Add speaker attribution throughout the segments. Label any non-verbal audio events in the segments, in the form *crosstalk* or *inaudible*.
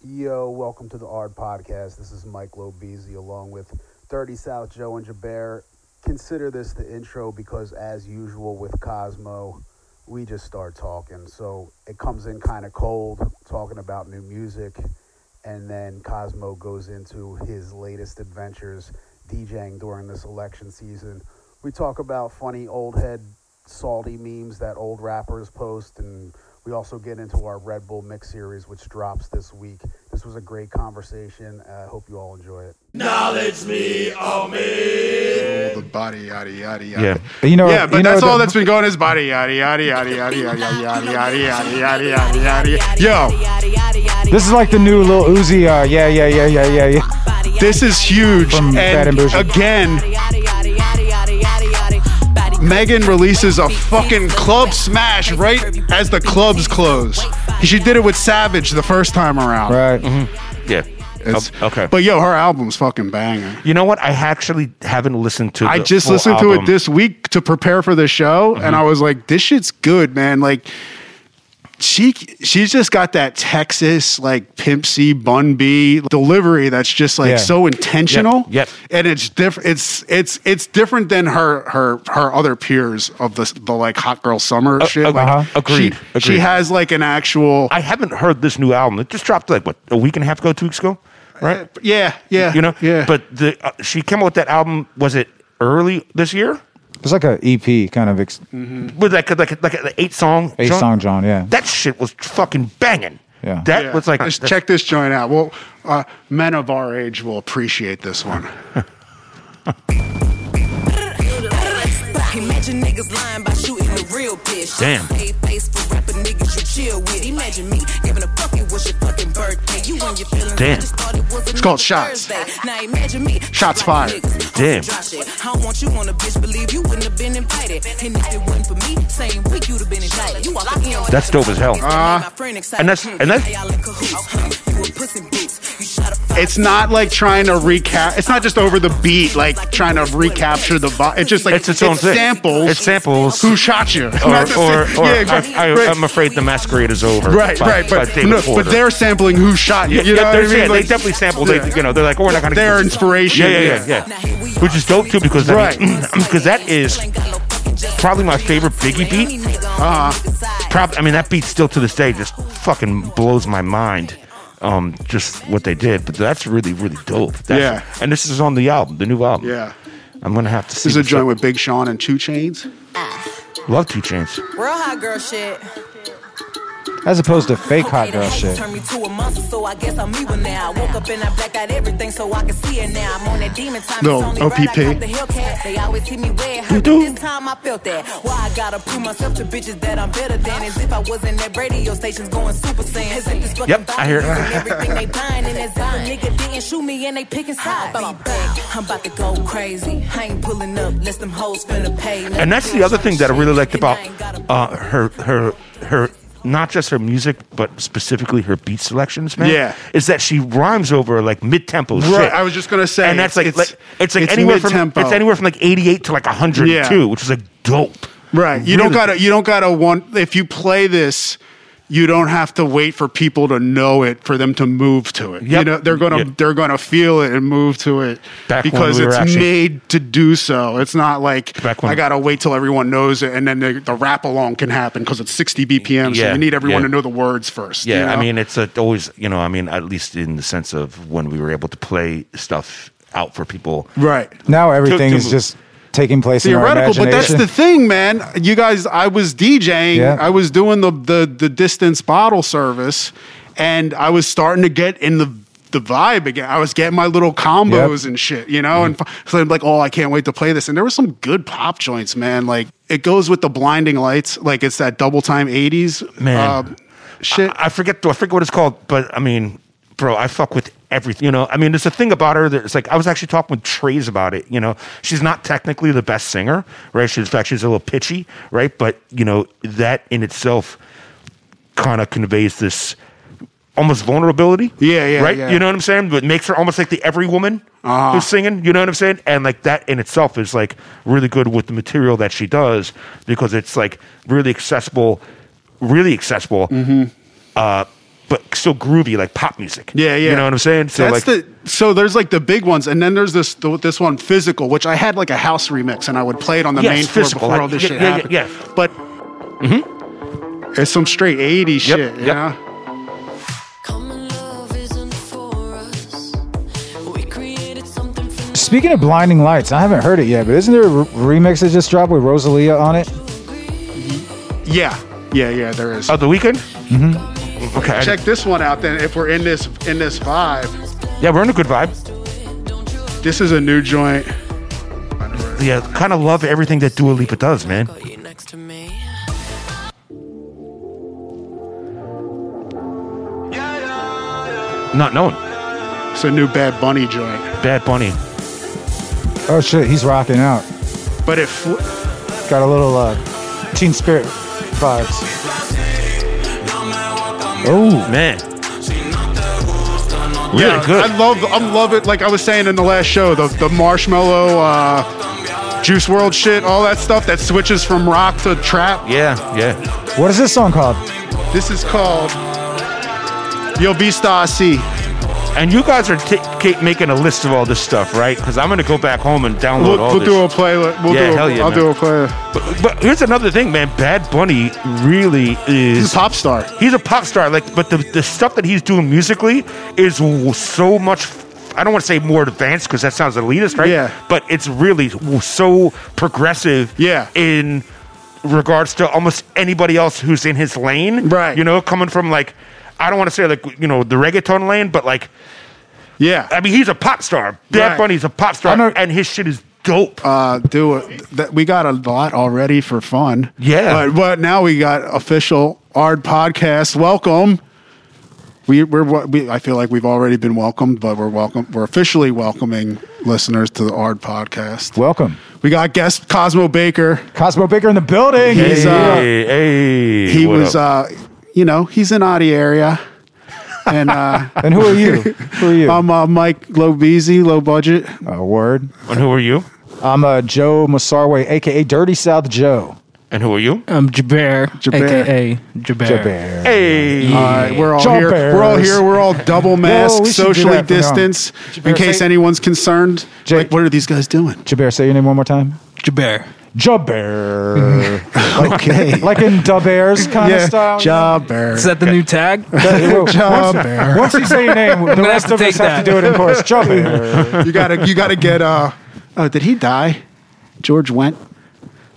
Speaker 1: Yo, welcome to the ARD podcast. This is Mike Lobezi along with 30 South Joe and Jaber. Consider this the intro because, as usual with Cosmo, we just start talking. So it comes in kind of cold, talking about new music. And then Cosmo goes into his latest adventures DJing during this election season. We talk about funny old head, salty memes that old rappers post and we also get into our Red Bull Mix series, which drops this week. This was a great conversation. I hope you all enjoy it.
Speaker 2: Knowledge me, oh me.
Speaker 3: Rule the body, yada, yada, yada.
Speaker 4: Yeah, but you know,
Speaker 3: yeah, but
Speaker 4: you know
Speaker 3: that's
Speaker 4: what
Speaker 3: all
Speaker 4: the-
Speaker 3: that's been going is body, yada, yada, yada, yada, yada, yada, yada, yada, yada, yada, yada, yada. Yo,
Speaker 4: This is like the new little Uzi. Uh, yeah, yeah, yeah, yeah, yeah, yeah.
Speaker 3: this is huge.
Speaker 4: From Fat and
Speaker 3: And
Speaker 4: Bougie.
Speaker 3: again, Megan releases a fucking club smash right as the clubs close. She did it with Savage the first time around.
Speaker 4: Right.
Speaker 5: Yeah.
Speaker 3: It's-
Speaker 5: O- okay.
Speaker 3: But yo, her album's fucking banger.
Speaker 5: you know what? I actually haven't listened to.
Speaker 3: I
Speaker 5: the
Speaker 3: just
Speaker 5: full
Speaker 3: listened to it
Speaker 5: album. Mm-hmm.
Speaker 3: this week to prepare for the show, and I was like, "This shit's good, man!" Like, she she's just got that Texas like pimp C bun B delivery that's just like
Speaker 4: Yeah.
Speaker 3: so intentional.
Speaker 5: Yep.
Speaker 3: and it's different. It's it's it's different than her her her other peers of the the like hot girl summer shit.
Speaker 5: ag-
Speaker 3: like,
Speaker 5: uh-huh.
Speaker 3: she-
Speaker 5: Agreed,
Speaker 3: She
Speaker 5: agreed.
Speaker 3: has like an actual.
Speaker 5: I haven't heard this new album. It just dropped like what a week and a half ago, two weeks ago, right?
Speaker 3: yeah, yeah,
Speaker 5: You know.
Speaker 3: yeah.
Speaker 5: But the uh, she came out with that album. Was it early this year?
Speaker 4: It's like a EP kind of ex-
Speaker 3: Mm-hmm.
Speaker 5: With like a- like a- like an eight song
Speaker 4: eight song, John. Yeah.
Speaker 5: That shit was fucking banging.
Speaker 4: Yeah.
Speaker 5: That
Speaker 3: Yeah.
Speaker 5: was like
Speaker 3: Let's check this joint out. Well, uh, men of our age will appreciate this one.
Speaker 6: Imagine niggas lying by shooting the real bitch.
Speaker 5: Damn.
Speaker 6: Hey, face for rapping niggas you chill with. Imagine me giving a fuck it was your fucking birthday. You and your feelings.
Speaker 5: Damn.
Speaker 6: I just thought it was it's
Speaker 3: called shots.
Speaker 6: Now imagine me.
Speaker 3: Shots
Speaker 6: Like
Speaker 3: fired.
Speaker 6: niggas on some
Speaker 5: Damn.
Speaker 6: dry shit. I don't want you on a bitch. Believe you wouldn't have been invited. And if it wasn't for me, same week you'd have been invited. You walk in.
Speaker 5: That's dope as hell. Uh,
Speaker 6: My friend excited.
Speaker 5: and that's-
Speaker 6: Hmm.
Speaker 5: and that's-
Speaker 6: Hey, y'all in cahoots, huh? You a pussy bitch. You shot a five-
Speaker 3: It's not like trying to recap. It's not just over the beat, like trying to recapture the vibe. It's just like
Speaker 5: It's its own thing.
Speaker 3: samples.
Speaker 5: It's samples.
Speaker 3: Who shot you?
Speaker 5: or,
Speaker 3: Not the
Speaker 5: or,
Speaker 3: sa-
Speaker 5: or
Speaker 3: yeah, exactly.
Speaker 5: I, I,
Speaker 3: right,
Speaker 5: I'm afraid the masquerade is over.
Speaker 3: right,
Speaker 5: by-
Speaker 3: right.
Speaker 5: by
Speaker 3: But
Speaker 5: David
Speaker 3: no,
Speaker 5: Porter.
Speaker 3: but they're sampling who shot you.
Speaker 5: yeah,
Speaker 3: You know what I
Speaker 5: they're- yeah,
Speaker 3: mean?
Speaker 5: they
Speaker 3: Like,
Speaker 5: definitely sampled. They, you know, they're like, oh, we're not gonna.
Speaker 3: Their inspiration.
Speaker 5: Yeah, yeah, yeah,
Speaker 6: Now
Speaker 5: yeah.
Speaker 6: here we
Speaker 5: Which
Speaker 6: are.
Speaker 5: is dope too because I
Speaker 3: Right.
Speaker 5: mean, *clears throat* because that is probably my favorite Biggie beat.
Speaker 3: Uh-huh.
Speaker 5: Prob- I mean, that beat still to this day just fucking blows my mind. Um, just what they did, but that's really, really dope. That's,
Speaker 3: Yeah.
Speaker 5: and this is on the album, the new album.
Speaker 3: Yeah.
Speaker 5: I'm gonna have to see.
Speaker 3: This is a
Speaker 5: what's
Speaker 3: joint
Speaker 5: up.
Speaker 3: with Big Sean and Two Chains.
Speaker 5: Love Two Chainz.
Speaker 6: Real hot girl shit.
Speaker 4: As opposed to fake
Speaker 6: Okay,
Speaker 4: hot
Speaker 6: the
Speaker 4: girl
Speaker 6: hate
Speaker 4: shit.
Speaker 6: Turned me to a monster, so I guess I'm evil now. I woke up and I blacked out everything, so I can see it now. I'm on that demon time.
Speaker 3: No,
Speaker 6: it's only
Speaker 3: OPP.
Speaker 6: Right, I caught the Hellcat. They always hit me red. Hurt, but
Speaker 5: do.
Speaker 6: this time I felt that. Why I gotta prove myself to bitches that I'm better than as if I wasn't at radio stations going super saiyan. As if this fucking
Speaker 5: Yep, I hear it.
Speaker 6: Bible is in everything they buying, and as if a nigga didn't shoot me and they picking sides. I'm back. I'm about to go crazy. I ain't pulling up, less them hoes finna pay. me.
Speaker 5: And that's the other thing that I really liked
Speaker 6: And I
Speaker 5: about
Speaker 6: ain't gotta-
Speaker 5: uh, her her her not just her music but specifically her beat selections, man.
Speaker 3: Yeah.
Speaker 5: is that she rhymes over like mid tempo
Speaker 3: Right,
Speaker 5: shit.
Speaker 3: I was just gonna say,
Speaker 5: and that's like
Speaker 3: it's-
Speaker 5: like- it's, like
Speaker 3: it's
Speaker 5: anywhere
Speaker 3: mid-tempo.
Speaker 5: from it's anywhere from like eighty eight to like hundred and two,
Speaker 3: Yeah.
Speaker 5: which is like dope.
Speaker 3: Right. You don't
Speaker 5: Really
Speaker 3: gotta. You don't gotta want. If you play this, you don't have to wait for people to know it for them to move to it. You
Speaker 5: Yep.
Speaker 3: know, they're gonna
Speaker 5: Yeah.
Speaker 3: they're gonna feel it and move to it
Speaker 5: Back when
Speaker 3: because
Speaker 5: we were
Speaker 3: it's
Speaker 5: actually-
Speaker 3: made to do so. It's not like
Speaker 5: Back when-
Speaker 3: I gotta wait till everyone knows it and then the, the rap along can happen because it's 60 BPM. so
Speaker 5: Yeah,
Speaker 3: you need everyone
Speaker 5: yeah.
Speaker 3: to know the words first. you
Speaker 5: Yeah, I
Speaker 3: know?
Speaker 5: mean, it's a, always you know, I mean, at least in the sense of when we were able to play stuff out for people.
Speaker 3: right.
Speaker 4: Now everything
Speaker 5: to
Speaker 4: is
Speaker 5: move.
Speaker 4: just taking place in our
Speaker 3: theoretical,
Speaker 4: imagination.
Speaker 3: but that's the thing, man. You guys, I was DJing,
Speaker 4: Yeah.
Speaker 3: I was doing the, the the distance bottle service, and I was starting to get in the the vibe again. I was getting my little combos
Speaker 4: Yep. Mm.
Speaker 3: and shit, you know. And f- so I'm like, oh, I can't wait to play this. And there were some good pop joints, man. Like it goes with the blinding lights, like it's that double time eighties, uh,
Speaker 5: Man.
Speaker 3: shit.
Speaker 5: I forget I forget what it's called, but I mean, bro, I fuck with everything. You know, I mean, there's a thing about her that it's like I was actually talking with Trey's about it. You know, she's not technically the best singer, right? She's in fact she's a little pitchy, right? But you know that in itself kind of conveys this almost vulnerability.
Speaker 3: Yeah, yeah,
Speaker 5: right.
Speaker 3: yeah.
Speaker 5: You know what I'm saying? But makes her almost like the every woman
Speaker 3: Ah.
Speaker 5: who's singing. You know what I'm saying? And like that in itself is like really good with the material that she does because it's like really accessible, really accessible. Uh, but still groovy, like pop music.
Speaker 3: Yeah, yeah.
Speaker 5: You know what I'm saying? So
Speaker 3: That's
Speaker 5: like,
Speaker 3: the so there's like the big ones, and then there's this th- this one physical, which I had like a house remix, and I would play it on the
Speaker 5: Yes,
Speaker 3: main floor
Speaker 5: Physical.
Speaker 3: before
Speaker 5: I-
Speaker 3: all this
Speaker 5: yeah,
Speaker 3: shit
Speaker 5: yeah, yeah,
Speaker 3: happened.
Speaker 5: yeah. Mm-hmm.
Speaker 3: But it's some straight '80s
Speaker 5: Yep,
Speaker 3: shit.
Speaker 5: yep.
Speaker 3: Yeah.
Speaker 7: Common love isn't for us. We created something for
Speaker 4: Speaking of blinding lights, I haven't heard it yet, but isn't there a re- remix that just dropped with Rosalia on it?
Speaker 3: yeah, yeah, yeah. There is.
Speaker 5: oh, the weekend. Mm-hmm. Okay.
Speaker 3: Check this one out. Then, if we're in this in this vibe,
Speaker 5: Yeah, we're in a good vibe.
Speaker 3: this is a new joint.
Speaker 5: Yeah, kind of love everything that Dua Lipa does, man.
Speaker 7: Got you next to me.
Speaker 5: Not knowing
Speaker 3: It's a new Bad Bunny joint,
Speaker 5: Bad Bunny.
Speaker 4: Oh shit, he's rocking out.
Speaker 3: but it fl-
Speaker 4: Got a little uh, Teen Spirit vibes. Oh,
Speaker 5: Man. Really good.
Speaker 3: I love I'm love it. Like I was saying in the last show, the the marshmallow uh, Juice World shit, all that stuff that switches from rock to trap.
Speaker 5: yeah, yeah.
Speaker 4: what is this song called?
Speaker 3: This is called Yo Vista Así.
Speaker 5: And you guys are t- keep making a list of all this stuff, right? Because I'm going to go back home and download
Speaker 3: We'll,
Speaker 5: all
Speaker 3: we'll
Speaker 5: this.
Speaker 3: do a playlist. We'll
Speaker 5: Yeah,
Speaker 3: do a,
Speaker 5: hell yeah,
Speaker 3: I'll
Speaker 5: man.
Speaker 3: do a playlist.
Speaker 5: But, but here's another thing, man. Bad Bunny really
Speaker 3: He's
Speaker 5: is.
Speaker 3: a pop star.
Speaker 5: He's a pop star, like, but the, the stuff that he's doing musically is w- so much. I don't want to say more advanced because that sounds elitist, right?
Speaker 3: Yeah.
Speaker 5: But it's really w- so progressive.
Speaker 3: Yeah.
Speaker 5: In regards to almost anybody else who's in his lane,
Speaker 3: Right.
Speaker 5: You know, coming from like, I don't want to say like you know the reggaeton lane, but like
Speaker 3: Yeah.
Speaker 5: I mean he's a pop star. Bad
Speaker 3: Right.
Speaker 5: Bunny's a pop star,
Speaker 3: I know-
Speaker 5: and his shit is dope.
Speaker 3: Uh, do it. That we got a lot already for fun.
Speaker 5: Yeah.
Speaker 3: But, but now we got official Ard podcast. Welcome. We, we're wa- we, I feel like we've already been welcomed, but we're welcome. We're officially welcoming listeners to the Ard podcast.
Speaker 4: Welcome,
Speaker 3: We got guest Cosmo Baker.
Speaker 4: Cosmo Baker in the building.
Speaker 3: He's, uh,
Speaker 5: hey, hey,
Speaker 3: He
Speaker 5: what
Speaker 3: was,
Speaker 5: up?
Speaker 3: uh, you know, he's in Audi area, and uh,
Speaker 4: and who
Speaker 3: *laughs*
Speaker 4: are you? Who are you?
Speaker 3: I'm uh, Mike Low Beezy, low budget.
Speaker 4: a word.
Speaker 3: uh,
Speaker 5: and who are you?
Speaker 4: I'm uh, Joe Masarway, aka Dirty South Joe.
Speaker 5: And who are you?
Speaker 3: Oh,
Speaker 8: Um, Jaber,
Speaker 3: Jaber.
Speaker 8: aka Jaber.
Speaker 4: Jabear.
Speaker 5: Hey.
Speaker 3: All right, we're all
Speaker 4: Jump
Speaker 3: here.
Speaker 4: bears.
Speaker 3: We're all here. We're all
Speaker 4: *laughs*
Speaker 3: double masked,
Speaker 4: we should do
Speaker 3: socially
Speaker 4: that from now on.
Speaker 3: distanced, in
Speaker 4: better
Speaker 3: case
Speaker 4: say-
Speaker 3: anyone's concerned.
Speaker 4: Jay-
Speaker 3: like, what are these guys
Speaker 4: *laughs*
Speaker 3: doing?
Speaker 4: Jabear, say your name one more time.
Speaker 8: Jaber.
Speaker 4: Jabear.
Speaker 3: *laughs* Okay,
Speaker 4: like in Dabear's kind of
Speaker 3: yeah,
Speaker 4: style.
Speaker 3: job bear, *laughs*
Speaker 8: Is that the new tag?
Speaker 3: job bear.
Speaker 4: Once you say your name, the
Speaker 8: gonna
Speaker 4: rest
Speaker 8: have to
Speaker 4: of us
Speaker 8: take
Speaker 4: have to
Speaker 8: that.
Speaker 4: do it
Speaker 3: *laughs*
Speaker 4: in chorus. Jabear.
Speaker 3: You gotta, you gotta get. Uh, oh, did he die? George went.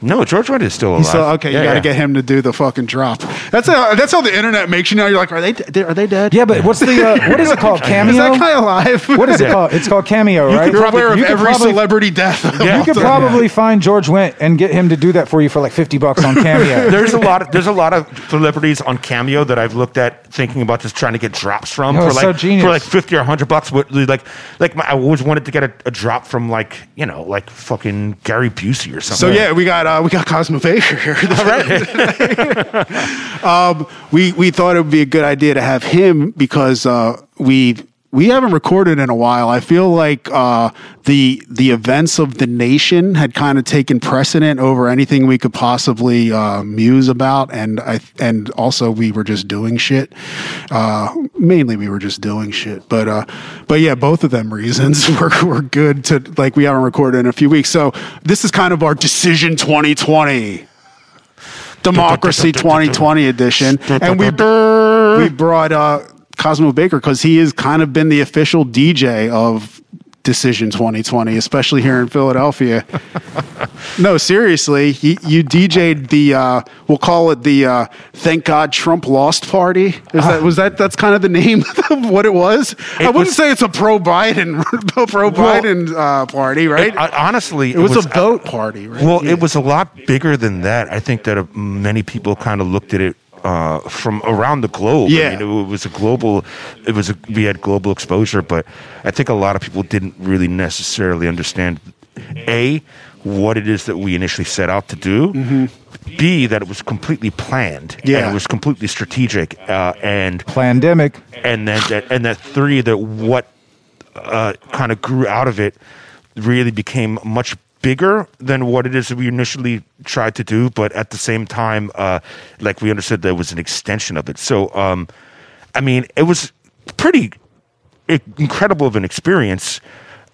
Speaker 5: No, George Wright is still alive.
Speaker 3: So okay, you
Speaker 5: Yeah,
Speaker 3: got to
Speaker 5: yeah.
Speaker 3: get him to do the fucking drop. That's how that's how the internet makes you now. You're like, are they de- are they dead?
Speaker 4: Yeah, but what's the uh, what *laughs* is it called? Cameo.
Speaker 3: Is that guy alive?
Speaker 4: what is it
Speaker 5: Yeah.
Speaker 4: called? It's called cameo, right?
Speaker 3: *laughs* You're aware of
Speaker 4: You could
Speaker 3: every
Speaker 4: probably-
Speaker 3: celebrity death. *laughs*
Speaker 5: Yeah.
Speaker 4: You could probably find George Wendt and get him to do that for you for like fifty bucks
Speaker 3: *laughs*
Speaker 4: on cameo.
Speaker 5: There's a lot. Of, there's a lot of celebrities on Cameo that I've looked at, thinking about just trying to get drops from
Speaker 4: Yo,
Speaker 3: Oh,
Speaker 5: for
Speaker 4: so
Speaker 5: like
Speaker 4: genius.
Speaker 5: for like fifty or hundred bucks. What- Like, like my, I always wanted to get a, a drop from like you know like fucking Gary Busey or
Speaker 3: So
Speaker 5: something.
Speaker 3: yeah, we got uh, we got Cosmo Baker here. *laughs* um, we we thought it would be a good idea to have him because uh, we we haven't recorded in a while. I feel like uh, the the events of the nation had kind of taken precedent over anything we could possibly uh, muse about, and I and also we were just doing shit. Uh, mainly, we were just doing shit, but uh, but yeah, both of them reasons *laughs* were were good to like we haven't recorded in a few weeks. So this is kind of our decision twenty twenty. *laughs* Democracy 2020 edition, and
Speaker 5: *laughs*
Speaker 3: we we brought uh, Cosmo Baker because he has kind of been the official DJ of Decision 2020, especially here in
Speaker 5: *laughs*
Speaker 3: Philadelphia. no, seriously, you, you DJ'd the uh, we'll call it the uh, Thank God Trump Lost Party. Is that was that that's kind of the name *laughs* of what it was? I wouldn't
Speaker 5: was-
Speaker 3: say it's a pro Biden *laughs* pro Biden uh, party, right?
Speaker 5: It- I- honestly,
Speaker 3: it, was, a vote party, right?
Speaker 5: Well, it was a lot bigger than that. I think that uh, many people kind of looked at it uh, from around the globe.
Speaker 3: Yeah.
Speaker 5: I mean, it was a global. It was a, we had global exposure, but I think a lot of people didn't really necessarily understand a what it is that we initially set out to do. B that it was completely planned. and
Speaker 3: Yeah.
Speaker 5: it was completely strategic, uh, and
Speaker 4: Pandemic.
Speaker 5: and then that, and that three that what uh, kind of grew out of it really became much bigger than what it is that we initially tried to do but at the same time uh, like we understood that it was an extension of it so um, I mean, it was pretty i- incredible of an experience.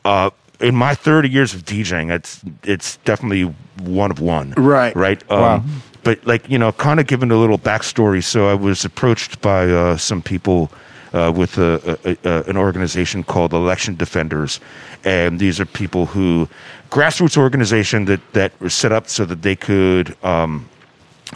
Speaker 5: Uh, in my 30 years of DJing, it's it's definitely one of one.
Speaker 3: Right.
Speaker 5: Right. Um,
Speaker 4: Wow.
Speaker 5: But like you know, kind of giving a little backstory. So I was approached by uh, some people. Uh, with a, a, a, an organization called Election Defenders, and these are people who grassroots organization that that were set up so that they could um,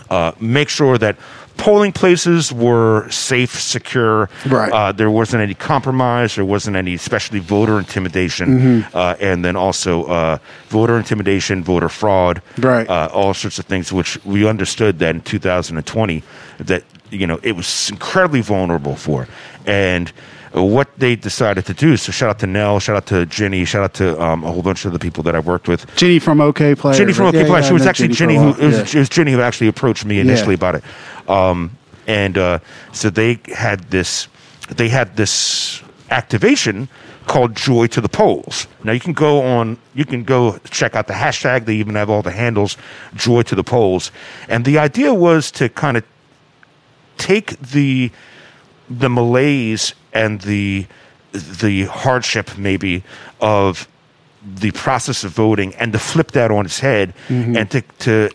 Speaker 5: uh, make sure that polling places were safe, secure.
Speaker 3: Right.
Speaker 5: Uh, there wasn't any compromise. There wasn't any, especially voter intimidation,
Speaker 3: Mm-hmm.
Speaker 5: uh, and then also uh, voter intimidation, voter fraud.
Speaker 3: Right.
Speaker 5: Uh, all sorts of things, which we understood that in 2020, that you know it was incredibly vulnerable for, and. What they decided to do. So shout out to Nell, shout out to Jenny, shout out to um, a whole bunch of the people that I worked with.
Speaker 3: Jenny from OK Player.
Speaker 5: Jenny from
Speaker 3: right?
Speaker 5: OK
Speaker 3: Oh, Yeah,
Speaker 5: Play.
Speaker 3: yeah, I
Speaker 5: she was
Speaker 3: know
Speaker 5: actually
Speaker 3: for a
Speaker 5: Jenny who
Speaker 3: while.
Speaker 5: it was,
Speaker 3: Yeah.
Speaker 5: it was Jenny who actually approached me initially
Speaker 3: Yeah.
Speaker 5: about it. Um, and uh, so they had this they had this activation called Joy to the Polls. Now you can go on you can go check out the hashtag. They even have all the handles Joy to the Polls. And the idea was to kind of take the the malaise and the the hardship maybe of the process of voting and to flip that on its head and to, to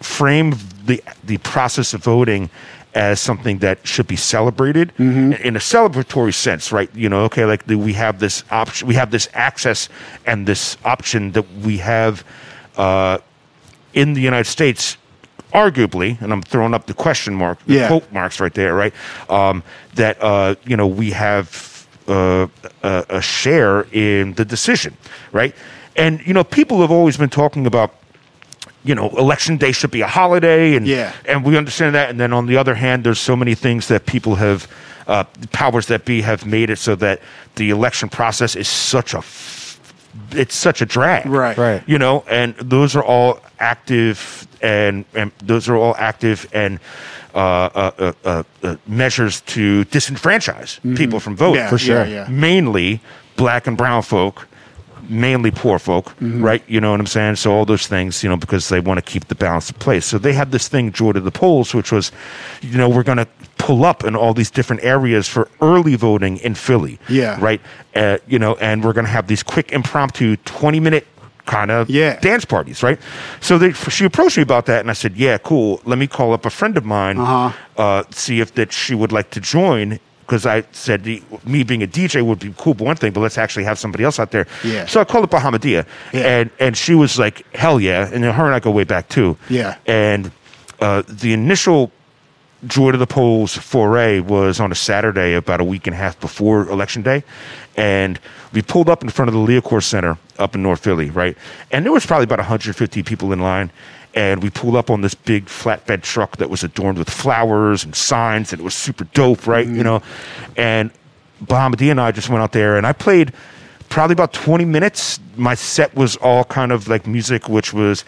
Speaker 5: frame the the process of voting as something that should be celebrated in a celebratory sense, right? You know, okay, like the, we have this option, we have this access and this option that we have uh, in the United States, arguably, and I'm throwing up the question mark, the
Speaker 3: Yeah.
Speaker 5: quote marks right there, right? Um, that uh, you know we have uh, a, a share in the decision, right? And you know, people have always been talking about you know, election day should be a holiday, and
Speaker 3: Yeah.
Speaker 5: and we understand that. And then on the other hand, there's so many things that people have, uh, powers that be, have made it so that the election process is such a, f- it's such a drag,
Speaker 3: Right.
Speaker 4: Right.
Speaker 5: You know, and those are all active, and and those are all active and uh, uh, uh, uh, uh, measures to disenfranchise people from voting
Speaker 3: Mm-hmm. Yeah, For sure. yeah, yeah.
Speaker 5: mainly black and brown folk, mainly poor folk,
Speaker 3: Mm-hmm.
Speaker 5: right? You know what I'm saying? So all those things, you know, because they want to keep the balance in place. So they had this thing, Joy to the Polls, which was, you know, we're going to pull up in all these different areas for early voting in Philly.
Speaker 3: Yeah.
Speaker 5: Right? Uh, you know, and we're going to have these quick impromptu 20 minute kind of
Speaker 3: Yeah.
Speaker 5: dance parties, right? So they, she approached me about that, and I said, "Yeah, cool. Let me call up a friend of mine,
Speaker 3: Uh-huh.
Speaker 5: uh see if that she would like to join." Because I said the- me being a DJ would be cool, but one thing, but let's actually have somebody else out there.
Speaker 3: Yeah.
Speaker 5: So I called up Bahamadia,
Speaker 3: Yeah.
Speaker 5: and and she was like, "Hell yeah!" And then her and I go way back too.
Speaker 3: Yeah.
Speaker 5: And uh, the initial Joy to the Polls foray was on a Saturday, about a week and a half before Election Day. And we pulled up in front of the Leocore Center up in North Philly, right? And there was probably about 150 people in line. And we pulled up on this big flatbed truck that was adorned with flowers and signs, and it was super dope, right? You know? And Bahamadi and I just went out there, and I played probably about 20 minutes. My set was all kind of like music, which was.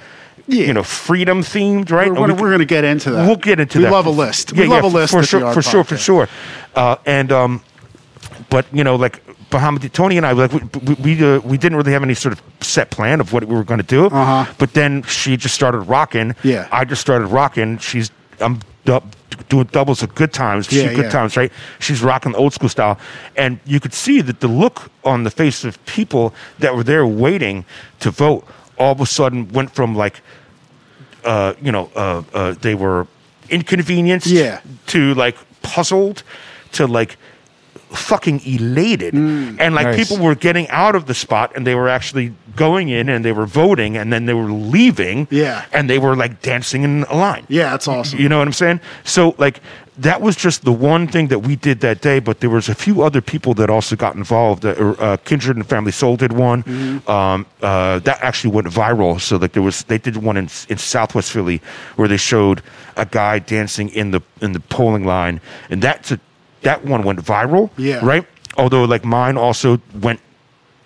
Speaker 3: Yeah.
Speaker 5: You know, freedom themed, right?
Speaker 3: We're,
Speaker 5: And we
Speaker 3: gonna-
Speaker 5: could-
Speaker 3: we're going to get into that.
Speaker 5: We'll get into
Speaker 3: we
Speaker 5: that.
Speaker 3: love a list.
Speaker 5: Yeah,
Speaker 3: we love
Speaker 5: yeah,
Speaker 3: a list
Speaker 5: for
Speaker 3: at the
Speaker 5: sure,
Speaker 3: Art
Speaker 5: for sure, for
Speaker 3: Podcast.
Speaker 5: sure. Uh, and um, but you know, like Bahama Tony and I, like we we we, uh, we didn't really have any sort of set plan of what we were going to do.
Speaker 3: Uh-huh.
Speaker 5: But then she just started rocking.
Speaker 3: Yeah.
Speaker 5: I just started rocking. She's I'm du- doing doubles of good times. She
Speaker 3: Yeah,
Speaker 5: good
Speaker 3: yeah.
Speaker 5: times, right? She's rocking the old school style, and you could see that the look on the face of people that were there waiting to vote all of a sudden went from like uh, you know, uh, uh, they were inconvenienced
Speaker 3: Yeah.
Speaker 5: to like puzzled to like fucking elated.
Speaker 3: Mm.
Speaker 5: and like
Speaker 4: Nice.
Speaker 5: people were getting out of the spot and they were actually going in and they were voting and then they were leaving.
Speaker 3: Yeah.
Speaker 5: And they were like dancing in a line.
Speaker 3: Yeah, that's awesome.
Speaker 5: You know what I'm saying? So like that was just the one thing that we did that day, but there was a few other people that also got involved. Uh, or, uh, Kindred and Family Soul did one.
Speaker 3: Mm-hmm.
Speaker 5: Um, uh, that actually went viral. So like there was they did one in in Southwest Philly where they showed a guy dancing in the in the polling line, and that's a, that one went viral.
Speaker 3: Yeah.
Speaker 5: Right. Although like mine also went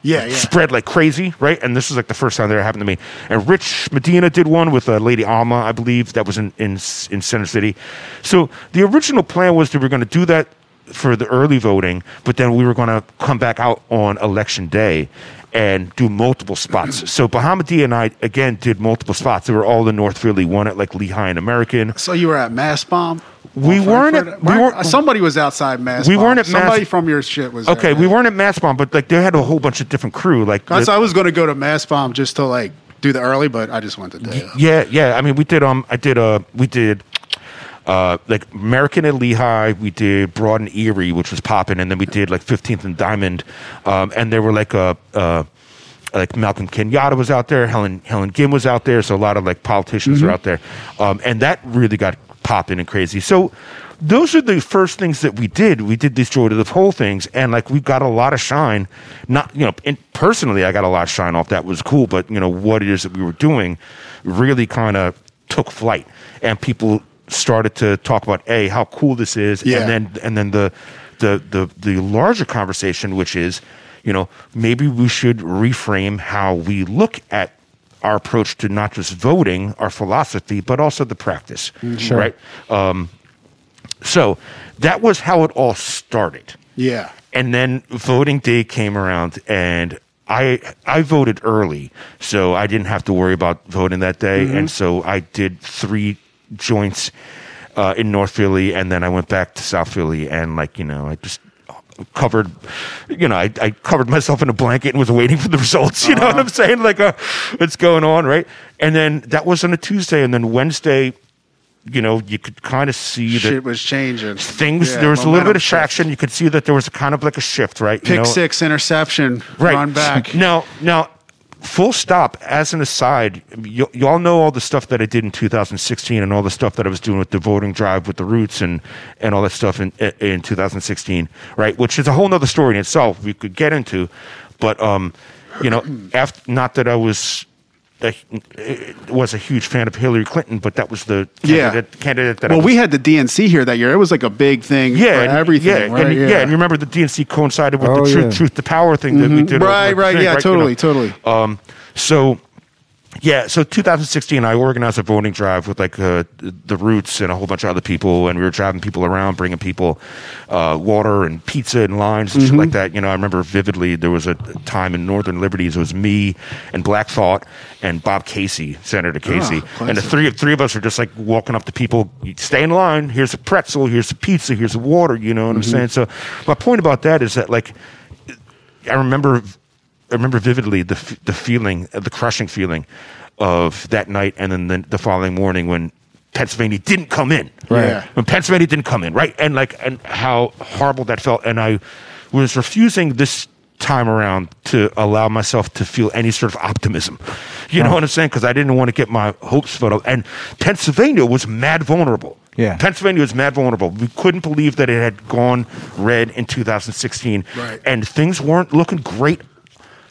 Speaker 3: Yeah, yeah.
Speaker 5: spread like crazy, right? And this is like the first time that it happened to me. And Rich Medina did one with uh, Lady Alma, I believe, that was in, in S- in Center City. So the original plan was that we were going to do that for the early voting, but then we were going to come back out on election day and do multiple spots.
Speaker 3: *clears throat*
Speaker 5: so Bahamadi and I again did multiple spots. They were all in North Philly, one at like Lehigh and American.
Speaker 3: So you were at Mass Bomb?
Speaker 5: We weren't
Speaker 3: Frankfurt-
Speaker 5: at- we weren't-
Speaker 3: uh, somebody was outside Mass.
Speaker 5: We
Speaker 3: Bomb.
Speaker 5: weren't at Mass-
Speaker 3: Somebody from your shit was.
Speaker 5: Okay,
Speaker 3: there,
Speaker 5: we
Speaker 3: man.
Speaker 5: weren't at Mass Bomb, but like they had a whole bunch of different crew. Like
Speaker 3: That's-
Speaker 5: the-
Speaker 3: I was going to go to Mass Bomb just to like do the early, but I just went to day. off.
Speaker 5: yeah, yeah. I mean, we did um, I did uh, we did uh, like American and Lehigh. We did Broad and Erie, which was popping, and then we did like Fifteenth and Diamond, um, and there were like a. Uh, like Malcolm Kenyatta was out there, Helen Helen Gim was out there, so a lot of like politicians were out there, um, and that really got popping and crazy. So those are the first things that we did. We did these Joy to the Pole things, and like we got a lot of shine. Not you know, and personally, I got a lot of shine off that was cool, but you know what it is that we were doing really kind of took flight, and people started to talk about a how cool this is,
Speaker 3: Yeah.
Speaker 5: and then and then the the the the larger conversation, which is, you know, maybe we should reframe how we look at our approach to not just voting, our philosophy, but also the practice,
Speaker 4: Sure.
Speaker 5: right? Um, so that was how it all started,
Speaker 3: Yeah.
Speaker 5: and then voting day came around, and I I voted early, so I didn't have to worry about voting that day, and so I did three joints uh, in North Philly, and then I went back to South Philly, and like you know, I just covered you know I, I covered myself in a blanket and was waiting for the results you know what i'm saying like uh, what's going on right and then that was on a tuesday and then wednesday you know you could kind of see that
Speaker 3: Shit was changing.
Speaker 5: things
Speaker 3: Yeah,
Speaker 5: there was a little bit
Speaker 3: momentum
Speaker 5: of traction you could see that there was a kind of like a shift right
Speaker 3: shift. Pick six, interception, run back.
Speaker 5: *laughs* now now full stop as an aside you, you all know all the stuff that i did in 2016 and all the stuff that i was doing with the voting drive with the roots and and all that stuff in in 2016 right which is a whole nother story in itself we could get into but um you know after not that i was a, was a huge fan of Hillary Clinton, but that was the
Speaker 3: Yeah.
Speaker 5: candidate, candidate that I
Speaker 3: Well,
Speaker 5: was
Speaker 3: we had the DNC here that year. It was like a big thing
Speaker 5: yeah,
Speaker 3: for
Speaker 5: and-
Speaker 3: everything,
Speaker 5: yeah,
Speaker 3: right?
Speaker 5: And, yeah. and remember the DNC coincided with
Speaker 4: Oh,
Speaker 5: the truth,
Speaker 4: yeah.
Speaker 5: truth to power thing that we did.
Speaker 3: Mm-hmm.
Speaker 5: over
Speaker 3: Right,
Speaker 5: at the
Speaker 3: right,
Speaker 5: thing,
Speaker 3: yeah,
Speaker 5: you know?
Speaker 3: totally, totally.
Speaker 5: Um, so yeah, so 2016, I organized a voting drive with like uh, the Roots and a whole bunch of other people, and we were driving people around, bringing people uh, water and pizza and lines and shit like that. You know, I remember vividly there was a time in Northern Liberties. It was me and Black Thought and Bob Casey, Senator Casey, and the
Speaker 3: classic.
Speaker 5: three three of us were just like walking up to people, stay in line. Here's a pretzel. Here's a pizza. Here's a water. You know what I'm saying? So my point about that is that like I remember, I remember vividly the f- the feeling, uh, the crushing feeling of that night, and then the, the following morning when Pennsylvania didn't come in.
Speaker 4: Right.
Speaker 3: Yeah.
Speaker 5: When Pennsylvania didn't come in, right? And like, and how horrible that felt. And I was refusing this time around to allow myself to feel any sort of optimism. You know what I'm saying? Because I didn't want to get my hopes filled up. And Pennsylvania was mad vulnerable.
Speaker 4: Yeah.
Speaker 5: Pennsylvania was mad vulnerable. We couldn't believe that it had gone red in 2016.
Speaker 3: Right.
Speaker 5: And things weren't looking great.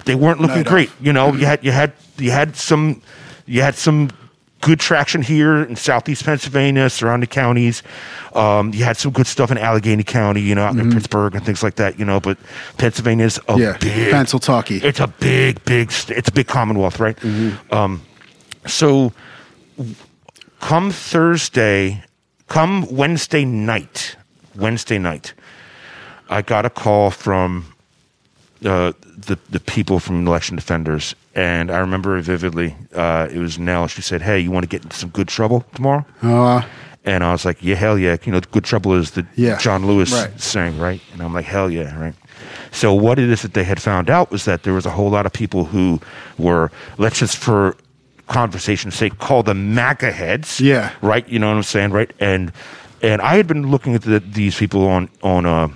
Speaker 5: They weren't looking
Speaker 3: Night
Speaker 5: great.
Speaker 3: off.
Speaker 5: You know, you had you had you had some you had some good traction here in southeast Pennsylvania, surrounding counties. Um, you had some good stuff in Allegheny County, you know, out in Pittsburgh and things like that, you know, but Pennsylvania's a
Speaker 3: Mm-hmm. Yeah,
Speaker 5: big
Speaker 3: pencil talkie.
Speaker 5: Oh, It's a big, big st- it's a big commonwealth, right?
Speaker 3: Mm-hmm.
Speaker 5: Um, so come Thursday, come Wednesday night, Wednesday night, I got a call from uh, the the people from Election Defenders, and I remember it vividly. Uh, it was Nell. She said, "Hey, you want to get into some good trouble tomorrow?"
Speaker 3: Uh,
Speaker 5: And I was like, yeah, hell yeah. You know, Good Trouble is the
Speaker 3: Yeah.
Speaker 5: John Lewis
Speaker 3: Right.
Speaker 5: sang, right? And I'm like, hell yeah, right? So what it is that they had found out was that there was a whole lot of people who were, let's just for conversation's sake, call them MAGA heads.
Speaker 3: Yeah.
Speaker 5: Right? You know what I'm saying, right? And and I had been looking at the, these people on on uh,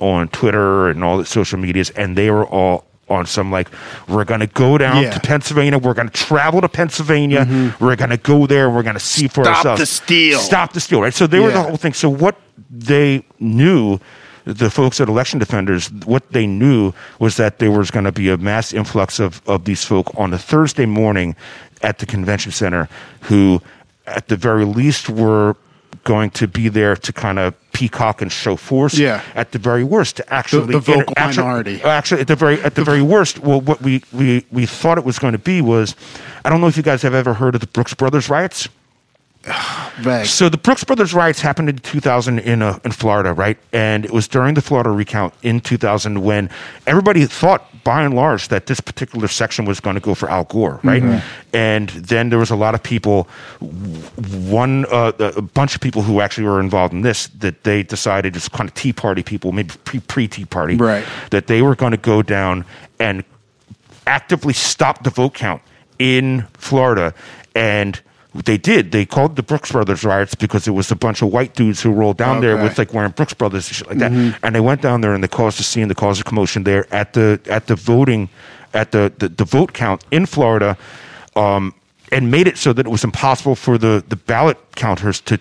Speaker 5: on Twitter and all the social medias, and they were all on some like, we're gonna go down
Speaker 3: Yeah. Mm-hmm.
Speaker 5: to Pennsylvania, we're gonna travel to Pennsylvania, we're gonna go there, we're gonna see for
Speaker 3: Stop
Speaker 5: ourselves.
Speaker 3: the steal.
Speaker 5: Stop the steal, right? So they were the
Speaker 3: Yeah.
Speaker 5: whole thing. So what they knew, the folks at Election Defenders, what they knew was that there was going to be a mass influx of, of these folk on a Thursday morning at the convention center who, at the very least, were going to be there to kind of peacock and show force
Speaker 3: Yeah.
Speaker 5: at the very worst to actually
Speaker 3: the vocal
Speaker 5: inter- actu-
Speaker 3: minority.
Speaker 5: actually at the very at the very worst well what we we we thought it was going to be was i don't know if you guys have ever heard of the brooks brothers riots
Speaker 3: Vague.
Speaker 5: So the Brooks Brothers riots happened in 2000 in uh, in Florida, right? And it was during the Florida recount in 2000 when everybody thought, by and large, that this particular section was going to go for Al Gore, right? And then there was a lot of people, w- one uh, a bunch of people who actually were involved in this that they decided it's kind of Tea Party people, maybe pre pre Tea Party,
Speaker 3: Right.
Speaker 5: That they were going to go down and actively stopped the vote count in Florida. And they did. They called the Brooks Brothers riots because it was a bunch of white dudes who rolled down there
Speaker 3: Okay.
Speaker 5: with like wearing Brooks Brothers and shit like that. And they went down there and they caused a scene, they caused a commotion there at the at the voting at the the, the vote count in Florida, um, and made it so that it was impossible for the the ballot counters to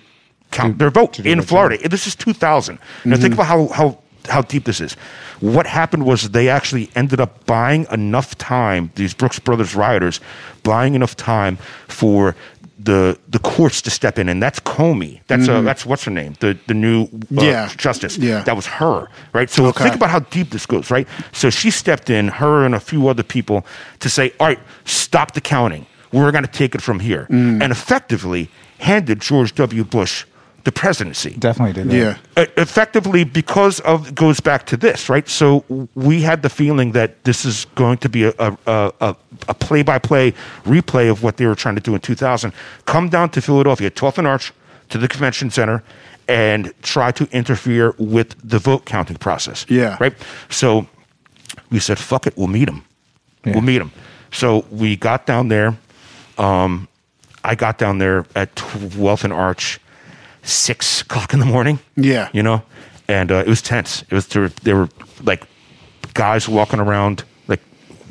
Speaker 5: count their vote in Florida. This is 2000. Now think about how how how deep this is. What happened was they actually ended up buying enough time. These Brooks Brothers rioters buying enough time for the the courts to step in, and that's Comey. That's uh, that's what's her name, the the new uh,
Speaker 3: Yeah.
Speaker 5: justice.
Speaker 3: Yeah.
Speaker 5: that was her, right? So
Speaker 3: Okay.
Speaker 5: think about how deep this goes, right? So she stepped in, her and a few other people, to say, all right, stop the counting. We're going to take it from here,
Speaker 3: Mm.
Speaker 5: and effectively handed George W. Bush the presidency
Speaker 4: Definitely did that.
Speaker 3: yeah.
Speaker 5: e- effectively because of goes back to this right so w- we had the feeling that this is going to be a a, a, a- a play-by-play replay of what they were trying to do in 2000 come down to philadelphia 12th and arch to the convention center and try to interfere with the vote counting process
Speaker 3: Yeah.
Speaker 5: right so we said fuck it we'll meet them
Speaker 4: Yeah.
Speaker 5: we'll meet them so we got down there um, i got down there at 12th and arch six o'clock in the morning
Speaker 3: Yeah.
Speaker 5: you know and uh, it was tense it was there, were- there were like guys walking around like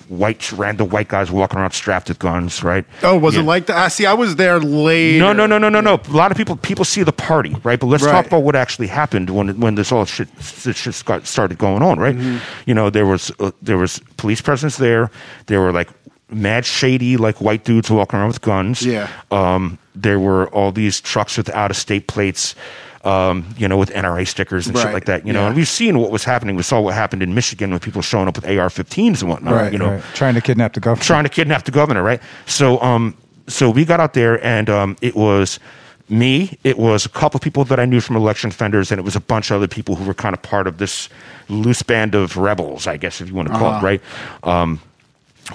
Speaker 5: white random white guys walking around strapped with guns right
Speaker 3: Oh, was
Speaker 5: Yeah.
Speaker 3: it like that? I see. I was there late.
Speaker 5: no, no, no, no, no, no. A lot of people people see the party, right? But let's
Speaker 3: Right.
Speaker 5: talk about what actually happened when when this all shit this shit got started going on, right?
Speaker 3: Mm-hmm.
Speaker 5: You know, there was uh, there was police presence there. There were like mad shady like white dudes walking around with guns.
Speaker 3: Yeah.
Speaker 5: Um, there were all these trucks with out of state plates. Um, you know, with NRA stickers and shit
Speaker 3: Right.
Speaker 5: like that. You know,
Speaker 3: Yeah.
Speaker 5: and we've seen what was happening. We saw what happened in Michigan with people showing up with AR-15s and whatnot.
Speaker 4: Right,
Speaker 5: you know,
Speaker 4: right. Trying to kidnap the government.
Speaker 5: trying to kidnap the governor, right? So, um, so we got out there, and um, it was me, it was a couple people that I knew from election fenders, and it was a bunch of other people who were kind of part of this loose band of rebels, I guess, if you want to call it, right? Um,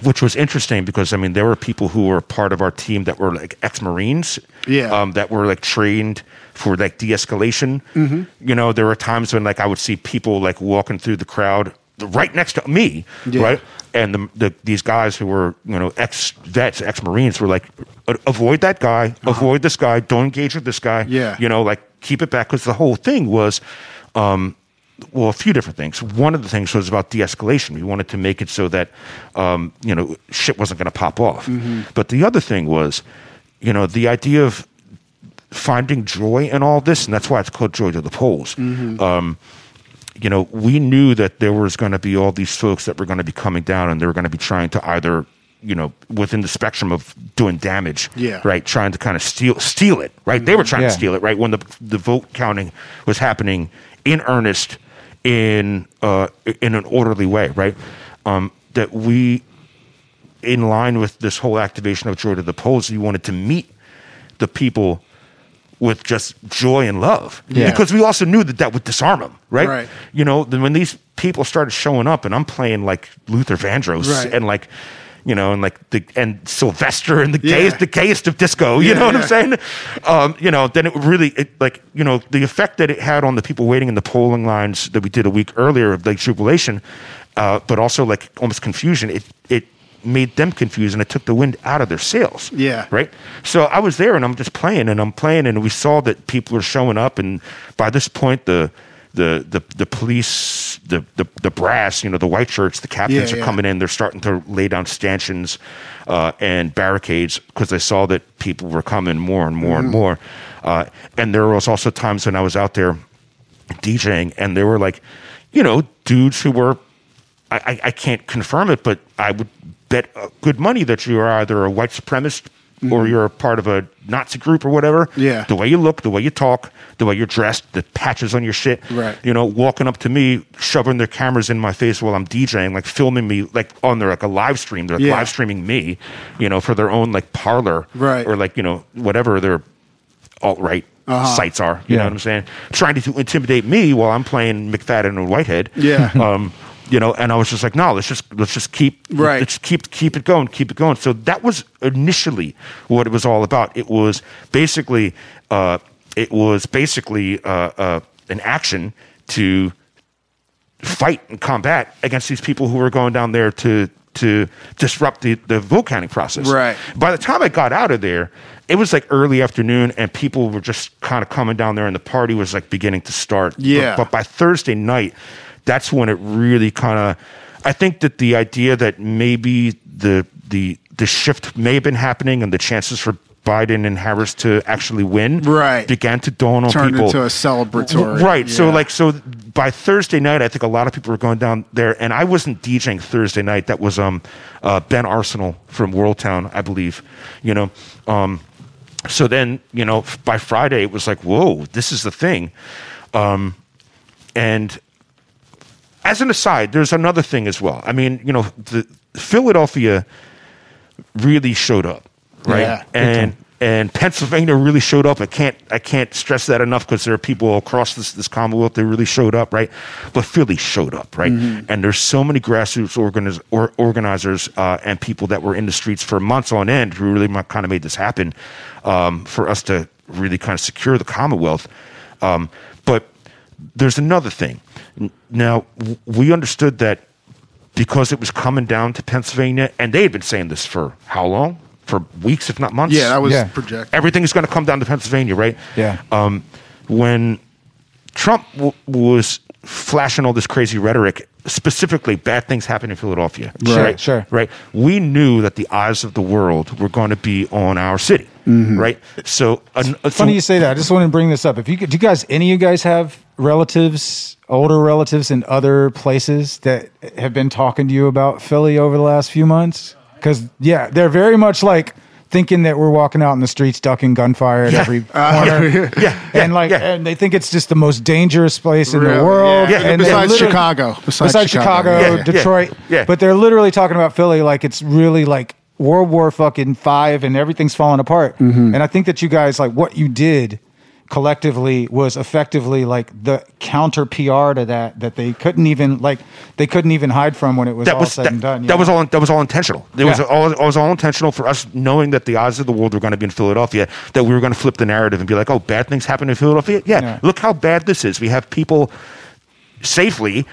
Speaker 5: which was interesting because I mean there were people who were part of our team that were like ex-marines,
Speaker 3: Yeah.
Speaker 5: um, that were like trained for like de-escalation.
Speaker 3: Mm-hmm.
Speaker 5: You know, there were times when like I would see people like walking through the crowd right next to me,
Speaker 3: Yeah.
Speaker 5: right, and the, the these guys who were you know ex-vets, ex-marines were like, "A- avoid that guy, avoid this guy, don't engage with this guy,
Speaker 3: Uh-huh. Yeah.
Speaker 5: you know, like keep it back because the whole thing was. Um, well, a few different things. One of the things was about de-escalation. We wanted to make it so that um, you know shit wasn't going to pop off.
Speaker 3: Mm-hmm.
Speaker 5: But the other thing was, you know, the idea of finding joy in all this, and that's why it's called joy to the polls. Um, you know, we knew that there was going to be all these folks that were going to be coming down, and they were going to be trying to either, you know, within the spectrum of doing damage,
Speaker 3: Yeah.
Speaker 5: right, trying to kind of steal steal it, right? They were trying
Speaker 4: Yeah.
Speaker 5: to steal it, right, when the the vote counting was happening in earnest, in uh, in an orderly way, right? Um, that we in line with this whole activation of joy to the polls, you wanted to meet the people with just joy and love.
Speaker 4: Yeah.
Speaker 5: Because we also knew that that would disarm them, right?
Speaker 3: Right.
Speaker 5: You know, then when these people started showing up, and I'm playing like Luther Vandross
Speaker 3: Right.
Speaker 5: and like, you know, and like the and Sylvester and the
Speaker 3: Yeah.
Speaker 5: gayest the gayest of disco. You
Speaker 3: Yeah,
Speaker 5: know what
Speaker 3: yeah.
Speaker 5: I'm saying? Um, you know, then it really it, like you know the effect that it had on the people waiting in the polling lines that we did a week earlier of like jubilation, uh, but also like almost confusion. It it made them confused and it took the wind out of their sails.
Speaker 3: Yeah.
Speaker 5: Right. So I was there and I'm just playing and I'm playing and we saw that people are showing up and by this point the the the, the police the, the the brass you know the white shirts the captains
Speaker 3: Yeah,
Speaker 5: are
Speaker 3: yeah.
Speaker 5: coming in they're starting to lay down stanchions uh, and barricades because they saw that people were coming more and more and
Speaker 3: Mm-hmm.
Speaker 5: more uh, and there was also times when I was out there DJing and there were like you know dudes who were I, I, I can't confirm it, but I would bet uh, good money that you are either a white supremacist or you're a part of a Nazi group or whatever.
Speaker 3: Mm-hmm. Yeah.
Speaker 5: The way you look, the way you talk, the way you're dressed, the patches on your shit.
Speaker 3: Right.
Speaker 5: You know, walking up to me, shoving their cameras in my face while I'm DJing, like filming me, like on their like a live stream. They're like,
Speaker 3: Yeah.
Speaker 5: live streaming me, you know, for their own like parlor,
Speaker 3: Right. Uh-huh.
Speaker 5: Or like you know whatever their alt right sites are. You
Speaker 4: Yeah.
Speaker 5: know what I'm saying? Trying to intimidate me while I'm playing McFadden and Whitehead.
Speaker 3: Yeah.
Speaker 5: Um, you know, and I was just like, no, let's just let's just keep
Speaker 3: Right.
Speaker 5: Let's keep keep it going, keep it going. So that was initially what it was all about. It was basically uh, it was basically uh, uh, an action to fight and combat against these people who were going down there to to disrupt the, the vote counting process.
Speaker 3: Right.
Speaker 5: By the time I got out of there, it was like early afternoon and people were just kind of coming down there and the party was like beginning to start.
Speaker 3: Yeah.
Speaker 5: But, but by Thursday night, that's when it really kind of I think that the idea that maybe the the the shift may have been happening and the chances for Biden and Harris to actually win
Speaker 3: Right.
Speaker 5: began to dawn on
Speaker 3: Turned
Speaker 5: people
Speaker 3: into a celebratory.
Speaker 5: right so
Speaker 3: yeah.
Speaker 5: like so by thursday night i think a lot of people were going down there and i wasn't djing thursday night that was um uh, ben arsenal from worldtown i believe you know um so then you know f- by friday it was like whoa this is the thing um and as an aside there's another thing as well i mean you know the philadelphia really showed up right
Speaker 3: Yeah.
Speaker 5: and and Pennsylvania really showed up. I can't I can't stress that enough because there are people across this, this Commonwealth that really showed up, right? But Philly showed up, right? And there's so many grassroots organiz- or, organizers uh, and people that were in the streets for months on end who really kind of made this happen um, for us to really kind of secure the Commonwealth. Um, but there's another thing. N- Now w- we understood that because it was coming down to Pennsylvania, and they had been saying this for how long? For weeks, if not months.
Speaker 3: yeah, that was
Speaker 4: Yeah.
Speaker 3: projected.
Speaker 5: everything is going to come down to Pennsylvania, right?
Speaker 4: Yeah.
Speaker 5: Um, when Trump w- was flashing all this crazy rhetoric, specifically bad things happen in Philadelphia,
Speaker 4: Sure,
Speaker 5: right?
Speaker 4: sure.
Speaker 5: Right. We knew that the eyes of the world were going to be on our city, right? So,
Speaker 4: *laughs*
Speaker 5: an,
Speaker 4: Mm-hmm. Funny you say that. I just want to bring this up. If you could, do you guys, any of you guys have relatives, older relatives in other places that have been talking to you about Philly over the last few months? Because, yeah, they're very much like thinking that we're walking out in the streets ducking gunfire at
Speaker 5: Yeah.
Speaker 4: every
Speaker 5: *laughs* Uh,
Speaker 4: corner.
Speaker 5: yeah, yeah,
Speaker 4: *laughs* and like,
Speaker 5: yeah.
Speaker 4: and they think it's just the most dangerous place in
Speaker 3: Really?
Speaker 4: the world.
Speaker 5: Yeah.
Speaker 4: And they
Speaker 3: Besides
Speaker 4: literally-
Speaker 3: Chicago. Besides
Speaker 4: Besides, Chicago,
Speaker 3: Chicago,
Speaker 5: yeah.
Speaker 4: Detroit.
Speaker 5: Yeah, yeah.
Speaker 4: But they're literally talking about Philly like it's really like World War fucking five and everything's falling apart. And I think that you guys like what you did collectively was effectively like the counter PR to that that they couldn't even like they couldn't even hide from when it was all said
Speaker 5: that,
Speaker 4: and done. you
Speaker 5: that
Speaker 4: know?
Speaker 5: was all that was all intentional. It was
Speaker 4: Yeah.
Speaker 5: all it was all intentional for us knowing that the odds of the world were going to be in Philadelphia. That we were going to flip the narrative and be like, "Oh, bad things happen in Philadelphia." Yeah,
Speaker 4: Yeah.
Speaker 5: look how bad this is. We have people safely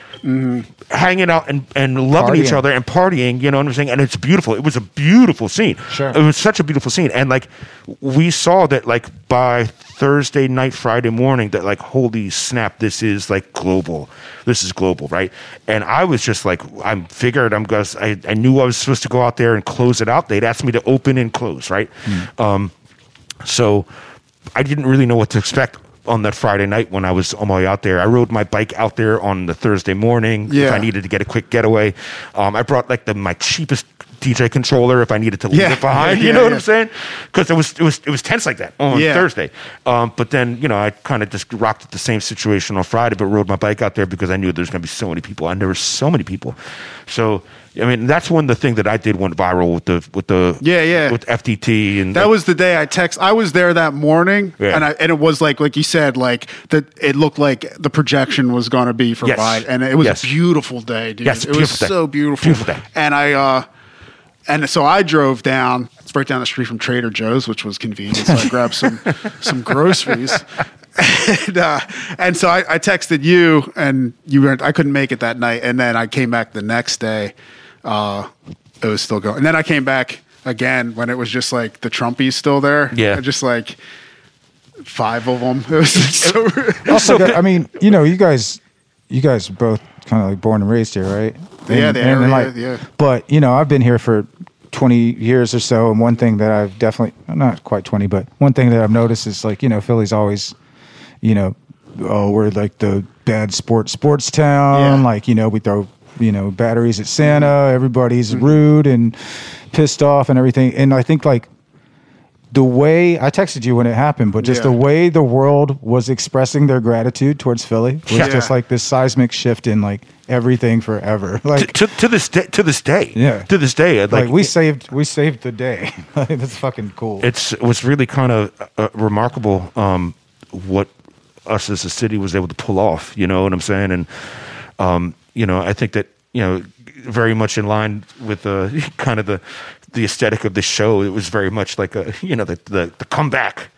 Speaker 5: hanging out and, and loving each
Speaker 4: Mm-hmm. Partying.
Speaker 5: other and partying. You know what I'm saying? And it's beautiful. It was a beautiful scene.
Speaker 4: Sure.
Speaker 5: It was such a beautiful scene. And like we saw that like by Thursday night, Friday morning, that like holy snap, this is like global. This is global, right? And I was just like, I'm figured I'm gonna. I, I knew I was supposed to go out there and close it out. They'd asked me to open and close, right? Um, so I didn't really know what to expect on that Friday night when I was on my way out there. I rode my bike out there on the Thursday morning if
Speaker 3: Yeah.
Speaker 5: I needed to get a quick getaway. Um, I brought like the my cheapest DJ controller if I needed to leave
Speaker 3: Yeah. *laughs*
Speaker 5: it behind.
Speaker 3: Yeah,
Speaker 5: you know what
Speaker 3: yeah.
Speaker 5: I'm saying? Because it was it was it was tense like that on
Speaker 3: Yeah.
Speaker 5: Thursday. Um, but then you know I kind of just rocked the same situation on Friday, but rode my bike out there because I knew there's going to be so many people. I knew there were so many people. So I mean that's one of the thing that I did went viral with the with the
Speaker 3: Yeah, yeah.
Speaker 5: with FTT and
Speaker 3: That
Speaker 5: like,
Speaker 3: was the day I text. I was there that morning,
Speaker 5: Yeah.
Speaker 3: and I and it was like like you said, like that. It looked like the projection was going to be for
Speaker 5: Yes.
Speaker 3: Biden, and it was
Speaker 5: Yes.
Speaker 3: a beautiful day, dude.
Speaker 5: Yes,
Speaker 3: it was
Speaker 5: beautiful day.
Speaker 3: so beautiful,
Speaker 5: Beautiful day.
Speaker 3: And I uh, and so I drove down. It's right down the street from Trader Joe's, which was convenient. So I grabbed
Speaker 5: *laughs*
Speaker 3: some some groceries. And, uh, and so I, I texted you, and you weren't. I couldn't make it that night, and then I came back the next day. Uh, it was still going, and then I came back again when it was just like the Trumpies still there.
Speaker 5: Yeah.
Speaker 3: just like five of them. *laughs* It was so.
Speaker 4: also got- I mean, you know, you guys, you guys are both kind of like born and raised here, right?
Speaker 3: Yeah,
Speaker 4: And-
Speaker 3: the
Speaker 4: and,
Speaker 3: area,
Speaker 4: like-
Speaker 3: yeah.
Speaker 4: But you know, I've been here for twenty years or so, and one thing that I've definitely not quite twenty, but one thing that I've noticed is like you know, Philly's always, you know, oh, we're like the bad sports sports town.
Speaker 3: Yeah.
Speaker 4: Like you know, we throw you know batteries at
Speaker 3: Mm-hmm.
Speaker 4: Santa. Everybody's rude and pissed off and everything. And I think like the way I texted you when it happened, but just
Speaker 3: Yeah.
Speaker 4: the way the world was expressing their gratitude towards Philly was
Speaker 5: Yeah.
Speaker 4: just like this seismic shift in like everything forever. *laughs*
Speaker 5: to,
Speaker 4: Like,
Speaker 5: to, to this day, to this day,
Speaker 4: Yeah.
Speaker 5: to this day, like,
Speaker 4: like, we
Speaker 5: it-
Speaker 4: saved we saved the day. *laughs* like, that's fucking cool.
Speaker 5: it's it was really kind of uh, remarkable um, what us as a city was able to pull off. You know what I'm saying? And um, you know, I think that you know, very much in line with the *laughs* kind of the the aesthetic of the show. It was very much like a you know the the, the comeback,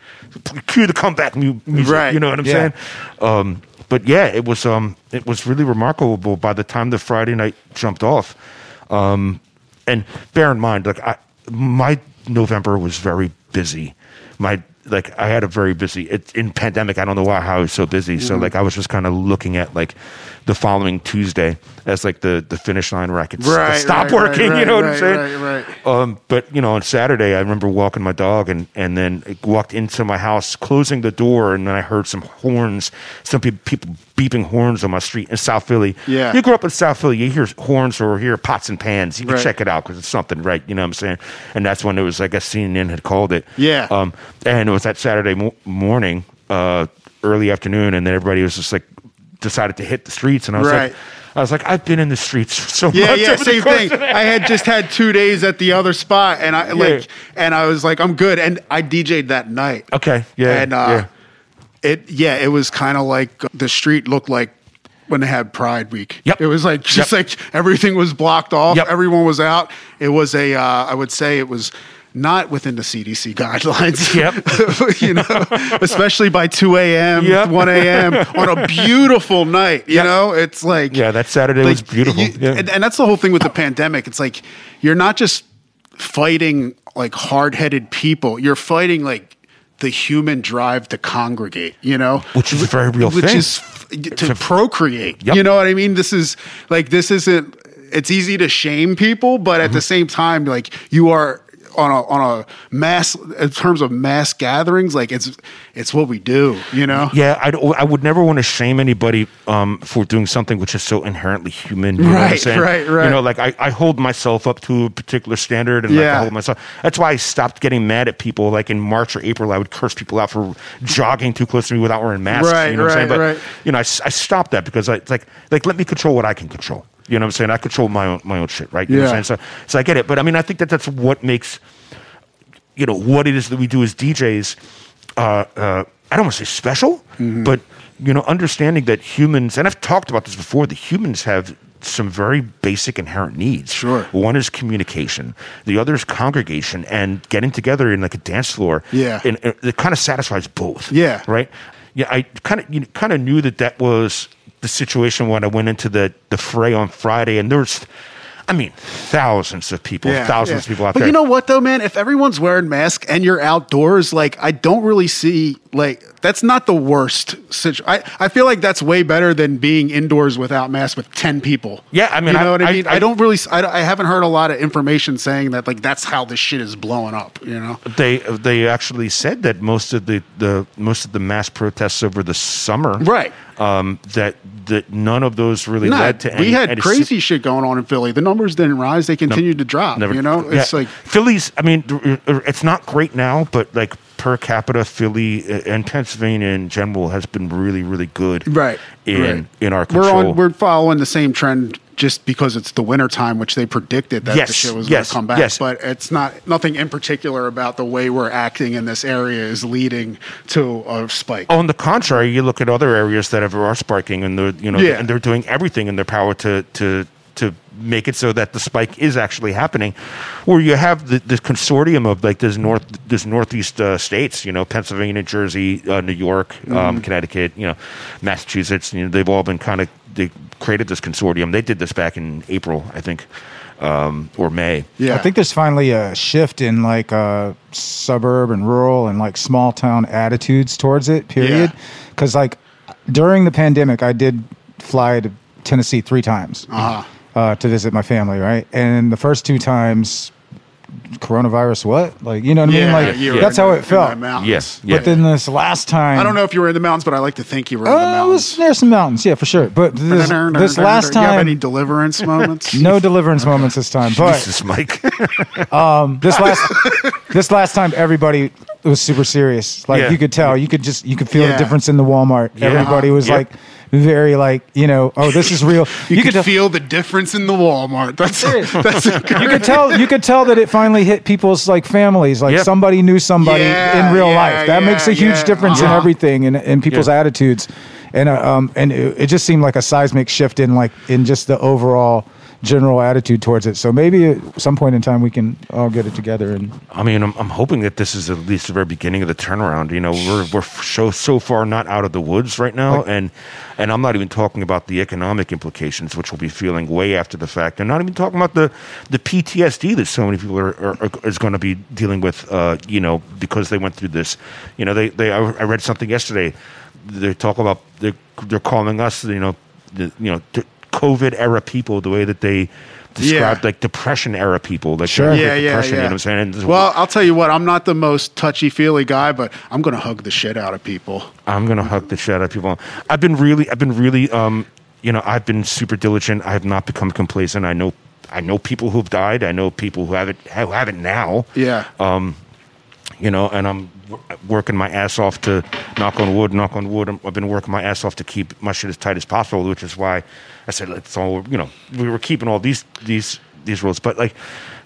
Speaker 5: cue the comeback mu- music.
Speaker 3: Right.
Speaker 5: You know what I'm
Speaker 4: Yeah.
Speaker 5: saying? Um, but yeah, it was um, it was really remarkable. By the time the Friday night jumped off, um, and bear in mind, like I, my November was very busy. My like I had a very busy it, in pandemic. I don't know why how I was so busy.
Speaker 3: Mm-hmm.
Speaker 5: So like I was just kind of looking at like the following Tuesday as like the the finish line where I could s-
Speaker 3: Right,
Speaker 5: stop
Speaker 3: right,
Speaker 5: working. *laughs*
Speaker 3: right,
Speaker 5: you know what I'm
Speaker 3: right,
Speaker 5: saying?
Speaker 3: right, right.
Speaker 5: Um, but you know, on Saturday, I remember walking my dog and and then I walked into my house, closing the door, and then I heard some horns, some pe- people beeping horns on my street in South Philly.
Speaker 3: Yeah.
Speaker 5: you grew up in South Philly, you hear horns or hear pots and pans. You can
Speaker 3: Right.
Speaker 5: check it out because it's something, right? You know what I'm saying? And that's when it was, I guess CNN had called it.
Speaker 3: Yeah.
Speaker 5: Um, and it was that Saturday mo- morning, uh, early afternoon, and then everybody was just like decided to hit the streets, and I was
Speaker 3: Right.
Speaker 5: like. I was like, I've been in the streets so
Speaker 3: Yeah,
Speaker 5: much.
Speaker 3: yeah,
Speaker 5: over the
Speaker 3: same
Speaker 5: course
Speaker 3: thing.
Speaker 5: of the-
Speaker 3: I had just had two days at the other spot, and I like, and I was like, I'm good, and I DJ'd that night.
Speaker 5: Okay, yeah,
Speaker 3: and uh, it, yeah, it was kind of like the street looked like when they had Pride Week.
Speaker 5: Yep.
Speaker 3: it was like just
Speaker 5: Yep.
Speaker 3: like everything was blocked off,
Speaker 5: Yep.
Speaker 3: everyone was out. It was a, uh, I would say, it was. Not within the CDC *laughs* guidelines. *laughs*
Speaker 5: Yep.
Speaker 3: you know, especially by 2 a.m.,
Speaker 5: Yep.
Speaker 3: 1 a.m. on
Speaker 5: *laughs*
Speaker 3: a beautiful night. You know, it's like
Speaker 5: Yeah, that Saturday was beautiful. Yeah.
Speaker 3: and, and that's the whole thing with the pandemic. It's like you're not just fighting like hard-headed people. You're fighting like the human drive to congregate. You know,
Speaker 5: Which is a very real
Speaker 3: which
Speaker 5: thing.
Speaker 3: is f- to procreate.
Speaker 5: Yep.
Speaker 3: You know what I mean? This is like this isn't. It's easy to shame people, but
Speaker 5: Mm-hmm.
Speaker 3: at the same time, like you are on a on a mass in terms of mass gatherings. Like it's it's what we do. You know.
Speaker 5: yeah, I, don't- I would never want to shame anybody um, for doing something which is so inherently human. You know what I'm
Speaker 3: Right,
Speaker 5: saying?
Speaker 3: right, right.
Speaker 5: You know, like I, I hold myself up to a particular standard and like
Speaker 3: Yeah.
Speaker 5: I hold myself. That's why I stopped getting mad at people. Like in March or April, I would curse people out for jogging too close to me without wearing masks.
Speaker 3: Right,
Speaker 5: you know what I'm saying?
Speaker 3: right,
Speaker 5: But,
Speaker 3: right.
Speaker 5: you know, I, s- I stopped that because I, it's like, like, let me control what I can control. You know what I'm saying? I control my own, my own shit, right? You know what
Speaker 3: Yeah.
Speaker 5: I'm saying? So, so I get it. But I mean, I think that that's what makes you know what it is that we do as DJs. Uh, uh, I don't want to say special,
Speaker 3: Mm-hmm.
Speaker 5: but you know, understanding that humans and I've talked about this before. That humans have some very basic inherent needs.
Speaker 3: Sure.
Speaker 5: one is communication, the other is congregation, and getting together in like a dance floor.
Speaker 3: Yeah.
Speaker 5: and it, it kind of satisfies both.
Speaker 3: Yeah.
Speaker 5: right. Yeah, I kind of you know, kind of knew that that was the situation when I went into the the fray on Friday, and there's. I mean, thousands of people, thousands of people out
Speaker 3: but
Speaker 5: there.
Speaker 3: you know what though, man? If everyone's wearing masks and you're outdoors, like I don't really see like that's not the worst situation. I, I feel like that's way better than being indoors without masks with ten people.
Speaker 5: Yeah, I mean,
Speaker 3: you know
Speaker 5: I-
Speaker 3: what I,
Speaker 5: I-
Speaker 3: mean. I,
Speaker 5: I-
Speaker 3: don't really. s- I, I haven't heard a lot of information saying that like that's how this shit is blowing up. You know.
Speaker 5: they they actually said that most of the, the most of the mass protests over the summer,
Speaker 3: Right.
Speaker 5: Um, that that none of those really
Speaker 3: Nah,
Speaker 5: led to.
Speaker 3: we
Speaker 5: any,
Speaker 3: had
Speaker 5: any-
Speaker 3: crazy shit going on in Philly. The numbers didn't rise; they continued to drop.
Speaker 5: Never-
Speaker 3: you know,
Speaker 5: yeah.
Speaker 3: it's like
Speaker 5: Philly's. I mean, th- it's not great now, but like per capita, Philly uh, and Pennsylvania in general has been really, really good.
Speaker 3: right
Speaker 5: In
Speaker 3: right.
Speaker 5: in our control.
Speaker 3: We're on. We're following the same trend just because it's the winter time, which they predicted that the
Speaker 5: Yes,
Speaker 3: shit was going
Speaker 5: yes,
Speaker 3: to come back.
Speaker 5: yes.
Speaker 3: But it's not nothing in particular about the way we're acting in this area is leading to a spike.
Speaker 5: on the contrary, you look at other areas that have- are sparking, and they're you know,
Speaker 3: Yeah.
Speaker 5: and they're doing everything in their power to to to make it so that the spike is actually happening. Where you have the, the consortium of like this north this northeast uh, states, you know, Pennsylvania, Jersey, uh, New York, um, Connecticut, you know, Massachusetts. You know, they've all been kind of they created this consortium. They did this back in April, I think, um, or May.
Speaker 3: yeah,
Speaker 4: I think there's finally a shift in like uh, suburb and rural and like small town attitudes towards it. Period.
Speaker 3: Yeah.
Speaker 4: Because like during the pandemic, I did fly to Tennessee three times
Speaker 3: Uh-huh.
Speaker 4: uh, to visit my family, right? And the first two times, coronavirus, what? Like, you know what I mean? Like,
Speaker 3: you were
Speaker 4: that's
Speaker 3: in
Speaker 4: how
Speaker 3: the-
Speaker 4: it
Speaker 3: in
Speaker 4: felt.
Speaker 3: the mountains.
Speaker 5: Yes. Yeah.
Speaker 4: But then this last time,
Speaker 3: I don't know if you were in the mountains, but I like to think you were in the
Speaker 4: Uh, it was
Speaker 3: mountains.
Speaker 4: near some mountains, yeah, for sure. But this, this last
Speaker 3: you have any
Speaker 4: time,
Speaker 3: deliverance moments?
Speaker 4: *laughs* no deliverance moments this
Speaker 3: *laughs*
Speaker 4: time. But
Speaker 5: Jesus, Mike. *laughs*
Speaker 4: this last this last time everybody was super serious like
Speaker 5: Yeah.
Speaker 4: you could tell you could just you could feel
Speaker 3: Yeah.
Speaker 4: the difference in the walmart everybody was
Speaker 5: Yeah.
Speaker 4: like very like you know oh this is real
Speaker 3: you, could,
Speaker 4: tell-
Speaker 3: feel the difference in the Walmart. That's *laughs* that's
Speaker 4: you could tell you could tell that it finally hit people's like families like
Speaker 5: Yep.
Speaker 4: somebody knew somebody
Speaker 3: Yeah,
Speaker 4: in real
Speaker 3: yeah,
Speaker 4: life that
Speaker 3: yeah,
Speaker 4: makes a huge
Speaker 3: yeah.
Speaker 4: difference in
Speaker 3: Uh-huh.
Speaker 4: everything and in people's
Speaker 5: Yeah.
Speaker 4: attitudes and uh, um and it, it just seemed like a seismic shift in like in just the overall general attitude towards it so maybe at some point in time we can all get it together and
Speaker 5: I mean, I'm, I'm hoping that this is at least the very beginning of the turnaround. You know, we're we're so so far not out of the woods right now, and and I'm not even talking about the economic implications, which we'll be feeling way after the fact. I'm not even talking about the the PTSD that so many people are, are, are is going to be dealing with. Uh, you know, because they went through this. You know, they they I I read something yesterday. They talk about they're, they're calling us. You know, the, you know, t- COVID era people the way that they. Described like depression era people, like
Speaker 4: Sure.
Speaker 3: yeah,
Speaker 5: yeah,
Speaker 3: yeah,
Speaker 5: depression. You know
Speaker 3: yeah.
Speaker 5: what I'm saying? And-
Speaker 3: well, I'll tell you what. I'm not the most touchy feely guy, but I'm gonna hug the shit out of people.
Speaker 5: I'm gonna hug the shit out of people. I've been really, I've been really, um, you know, I've been super diligent. I have not become complacent. I know, I know people who've died. I know people who haven't, who haven't now.
Speaker 3: Yeah.
Speaker 5: Oh. You know, and I'm wor- working my ass off to knock on wood, knock on wood. I'm, I've been working my ass off to keep my shit as tight as possible, which is why I said let's all, you know, we were keeping all these these these rules. But like,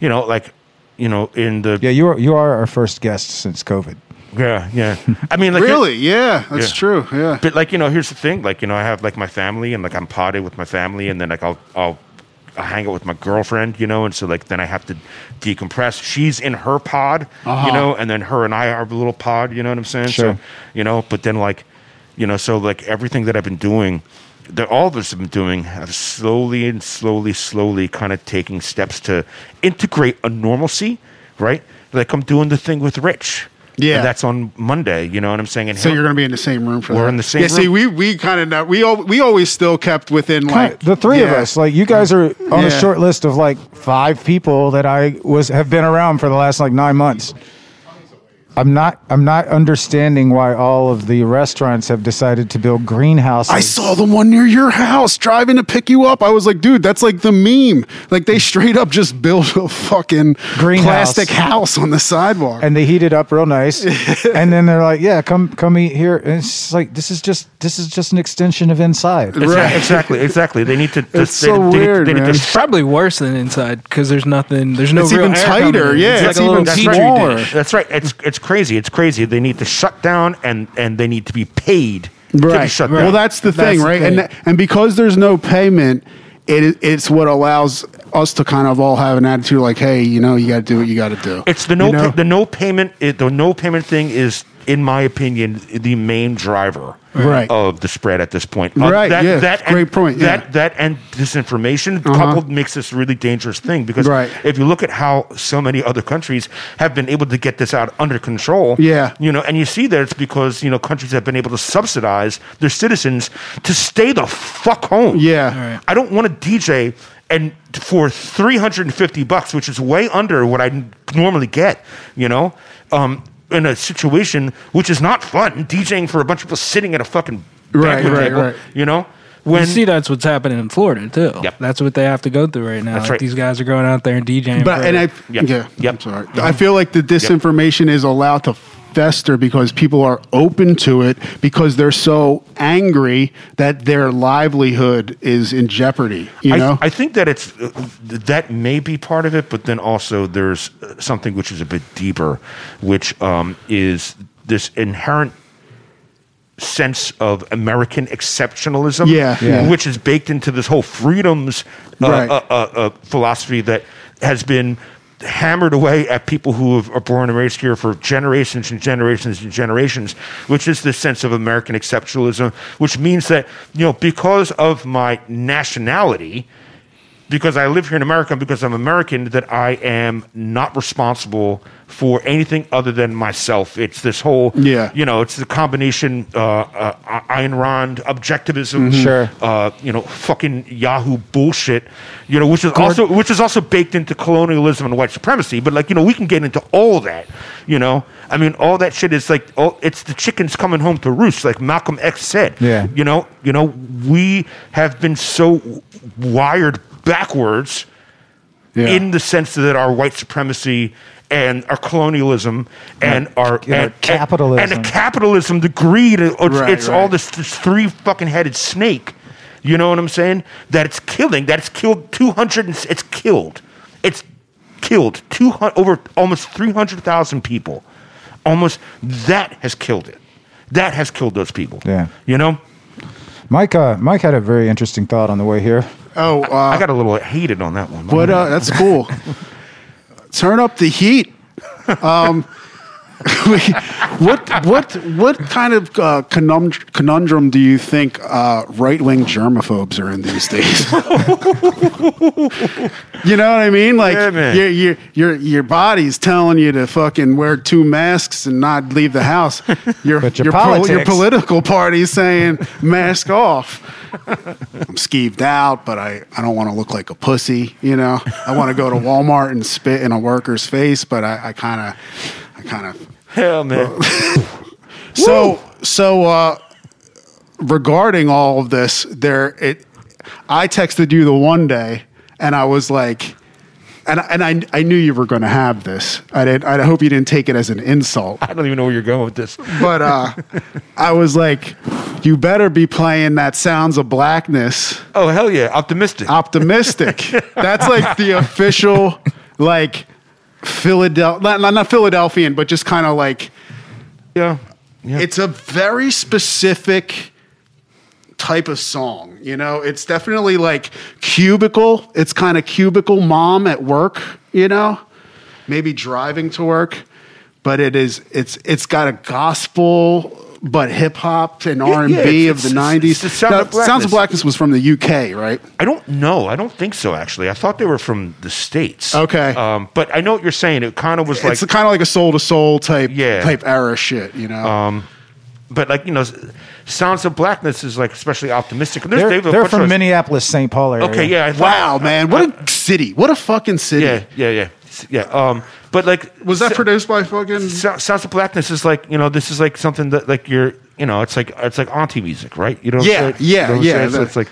Speaker 5: you know, like, you know, in the
Speaker 4: Yeah, you are you are our first guest since COVID.
Speaker 5: yeah, yeah. I mean, like,
Speaker 3: really? Yeah, that's
Speaker 5: Yeah.
Speaker 3: true. Yeah.
Speaker 5: But like you know, here's the thing. Like you know, I have like my family, and like I'm potted with my family, and then like I'll I'll, I'll hang out with my girlfriend, you know, and so like then I have to decompress. She's in her pod,
Speaker 3: Uh-huh.
Speaker 5: you know, and then her and I are a little pod. You know what I'm saying?
Speaker 4: Sure.
Speaker 5: So you know, but then like you know, so like everything that I've been doing. That all of us have been doing have slowly and slowly, slowly kind of taking steps to integrate a normalcy, right? Like I'm doing the thing with Rich.
Speaker 3: Yeah.
Speaker 5: And that's on Monday, you know what I'm saying? And
Speaker 3: So
Speaker 5: he'll-
Speaker 3: you're gonna be in the same room for
Speaker 5: We're
Speaker 3: that.
Speaker 5: in the same
Speaker 3: Yeah. See,
Speaker 5: room.
Speaker 3: we we kind of know we all we always still kept within like
Speaker 4: the three of
Speaker 3: yeah.
Speaker 4: us, like you guys are on
Speaker 3: Yeah.
Speaker 4: a short list of like five people that I was have been around for the last like nine months. I'm not I'm not understanding why all of the restaurants have decided to build greenhouses.
Speaker 3: I saw the one near your house driving to pick you up. I was like, dude, that's like the meme. Like they straight up just built a fucking
Speaker 4: Greenhouse.
Speaker 3: plastic house on the sidewalk.
Speaker 4: and they heat it up
Speaker 3: *laughs*
Speaker 4: real nice and then they're like yeah come come eat here and it's just like this is just this is just an extension of inside
Speaker 3: Right.
Speaker 5: Exactly, exactly, exactly. They need to.
Speaker 3: *laughs* It's
Speaker 5: they,
Speaker 3: so
Speaker 5: they, need-
Speaker 3: weird,
Speaker 5: They need,
Speaker 3: man.
Speaker 5: to.
Speaker 8: Probably worse than inside because there's nothing. There's no
Speaker 3: It's
Speaker 8: real
Speaker 3: even
Speaker 8: air coming
Speaker 3: tighter,
Speaker 8: in.
Speaker 3: yeah,
Speaker 8: it's,
Speaker 3: it's
Speaker 8: like a little
Speaker 3: even
Speaker 8: petri
Speaker 3: smaller.
Speaker 8: dish.
Speaker 5: That's right. It's it's crazy. It's crazy. They need to shut down and and they need to be paid to be shut down.
Speaker 3: Well, that's the
Speaker 8: That's
Speaker 3: thing,
Speaker 8: the
Speaker 3: right?
Speaker 8: thing.
Speaker 3: And that, and because there's no payment, it it's what allows us to kind of all have an attitude like, hey, you know, you got to do what you got to do.
Speaker 5: it's the no
Speaker 3: You know?
Speaker 5: pa- the no payment it, the no payment thing is in my opinion the main driver
Speaker 3: Right.
Speaker 5: of the spread at this point. Uh,
Speaker 3: Right,
Speaker 5: That,
Speaker 3: yeah,
Speaker 5: that
Speaker 3: great
Speaker 5: and-
Speaker 3: point,
Speaker 5: That
Speaker 3: yeah. Uh-huh.
Speaker 5: that and disinformation coupled makes this a really dangerous thing because
Speaker 3: Right.
Speaker 5: if you look at how so many other countries have been able to get this out under control,
Speaker 3: Yeah.
Speaker 5: you know, and you see that it's because you know countries have been able to subsidize their citizens to stay the fuck home.
Speaker 3: Yeah. Right.
Speaker 5: I don't want to DJ and for 350 bucks, which is way under what I n- normally get, you know, um, in a situation which is not fun, DJing for a bunch of people sitting at a fucking
Speaker 3: Right,
Speaker 5: banquet
Speaker 3: right,
Speaker 5: table,
Speaker 3: right.
Speaker 5: you know,
Speaker 8: You
Speaker 5: when
Speaker 8: see, that's what's happening in Florida too.
Speaker 5: Yep.
Speaker 8: That's what they have to go through right now.
Speaker 5: That's
Speaker 8: Like,
Speaker 5: right.
Speaker 8: These guys are going out there and DJing.
Speaker 3: But
Speaker 8: for-
Speaker 3: and I
Speaker 5: Yep.
Speaker 3: yeah,
Speaker 5: Yep.
Speaker 3: I'm sorry. I feel like the disinformation is allowed to fester because people are open to it because they're so angry that their livelihood is in jeopardy. You
Speaker 5: I,
Speaker 3: know,
Speaker 5: I think that it's uh, that may be part of it, but then also there's uh, something which is a bit deeper, which um, is this inherent sense of American exceptionalism,
Speaker 3: Yeah, yeah.
Speaker 5: which is baked into this whole freedoms uh,
Speaker 3: Right.
Speaker 5: uh, uh, uh, philosophy that has been hammered away at people who have, are born and raised here for generations and generations and generations, which is this sense of American exceptionalism, which means that you know because of my nationality. because I live here in America, and because I'm American, that I am not responsible for anything other than myself. It's this whole,
Speaker 3: Yeah.
Speaker 5: you know, it's the combination uh, uh, Ayn Rand objectivism,
Speaker 3: Mm-hmm.
Speaker 4: Sure.
Speaker 5: uh, you know, fucking Yahoo bullshit, you know, which is also which is also baked into colonialism and white supremacy. But like, you know, we can get into all that, you know. I mean, all that shit is like, all, it's the chickens coming home to roost, like Malcolm X said.
Speaker 4: Yeah.
Speaker 5: you know, you know, we have been so wired backwards
Speaker 3: Yeah.
Speaker 5: in the sense that our white supremacy and our colonialism and our
Speaker 4: you know,
Speaker 5: and,
Speaker 4: capitalism.
Speaker 5: and the capitalism, the greed, it's,
Speaker 3: Right,
Speaker 5: it's all
Speaker 3: right.
Speaker 5: this, this three fucking headed snake. You know what I'm saying? That it's killing. That it's killed 200. And, s- it's killed. It's killed 200 over almost 300,000 people. Almost that has killed it. That has killed those people.
Speaker 4: Yeah.
Speaker 5: You know,
Speaker 4: Mike, uh, Mike had a very interesting thought on the way here.
Speaker 3: Oh, uh,
Speaker 5: I got a little hated on that one.
Speaker 3: But uh, that's cool. Turn up the heat. *laughs* Um, we- what what what kind of uh, conundrum, conundrum do you think uh, right wing germaphobes are in these days? *laughs* you know what I mean? Like
Speaker 5: Yeah, man.
Speaker 3: your your your your body's telling you to fucking wear two masks and not leave the house. Your
Speaker 4: But
Speaker 3: pol- your
Speaker 4: your politics-
Speaker 3: political party's saying mask off. I'm skeeved out, but I, I don't want to look like a pussy. You know, I want to go to Walmart and spit in a worker's face, but I kind of, I kind of.
Speaker 5: *laughs* Hell, man.
Speaker 3: So so uh, regarding all of this, there it, I texted you the one day, and I was like, and and I I knew you were going to have this. I did. I hope you didn't take it as an insult.
Speaker 5: I don't even know where you're going with this.
Speaker 3: but uh, I was like, you better be playing that Sounds of Blackness
Speaker 5: Oh, hell yeah. Optimistic.
Speaker 3: optimistic. That's like the official, like Philadelphia, not, not- not Philadelphian, but just kind of like
Speaker 5: yeah. Yeah.
Speaker 3: it's a very specific type of song. You know, it's definitely like cubicle. It's kind of cubicle mom at work. You know, maybe driving to work, but it is. It's it's got a gospel. But hip hop and
Speaker 5: yeah,
Speaker 3: R and B of
Speaker 5: it's-
Speaker 3: the
Speaker 5: it's-
Speaker 3: nineties.
Speaker 5: it's the Sound of
Speaker 3: Sounds of
Speaker 5: Blackness.
Speaker 3: Blackness was from the UK, right?
Speaker 5: I don't know. I don't think so. Actually, I thought they were from the states.
Speaker 3: Okay.
Speaker 5: Um, but I know what you're saying. It kind of was like,
Speaker 3: it's kind of like a soul to soul type
Speaker 5: Yeah. Um,
Speaker 3: type era shit, you know.
Speaker 5: but like you know, Sounds of Blackness is like especially optimistic. There's
Speaker 4: They're,
Speaker 5: David
Speaker 4: they're
Speaker 5: Butcher-
Speaker 4: from Minneapolis, St. Paul area.
Speaker 5: Okay. Yeah. I thought-
Speaker 3: wow, man, what a city! What a fucking city!
Speaker 5: Yeah. Yeah. Yeah. Yeah. Um, but like,
Speaker 3: Was that
Speaker 5: so-
Speaker 3: produced by fucking?
Speaker 5: So- Sounds of Blackness is like you know this is like something that like you're you know it's like it's like auntie music, right? You know. what I'm
Speaker 3: Yeah,
Speaker 5: saying?
Speaker 3: yeah,
Speaker 5: You know what I'm
Speaker 3: yeah,
Speaker 5: saying? So
Speaker 3: that-
Speaker 5: it's like,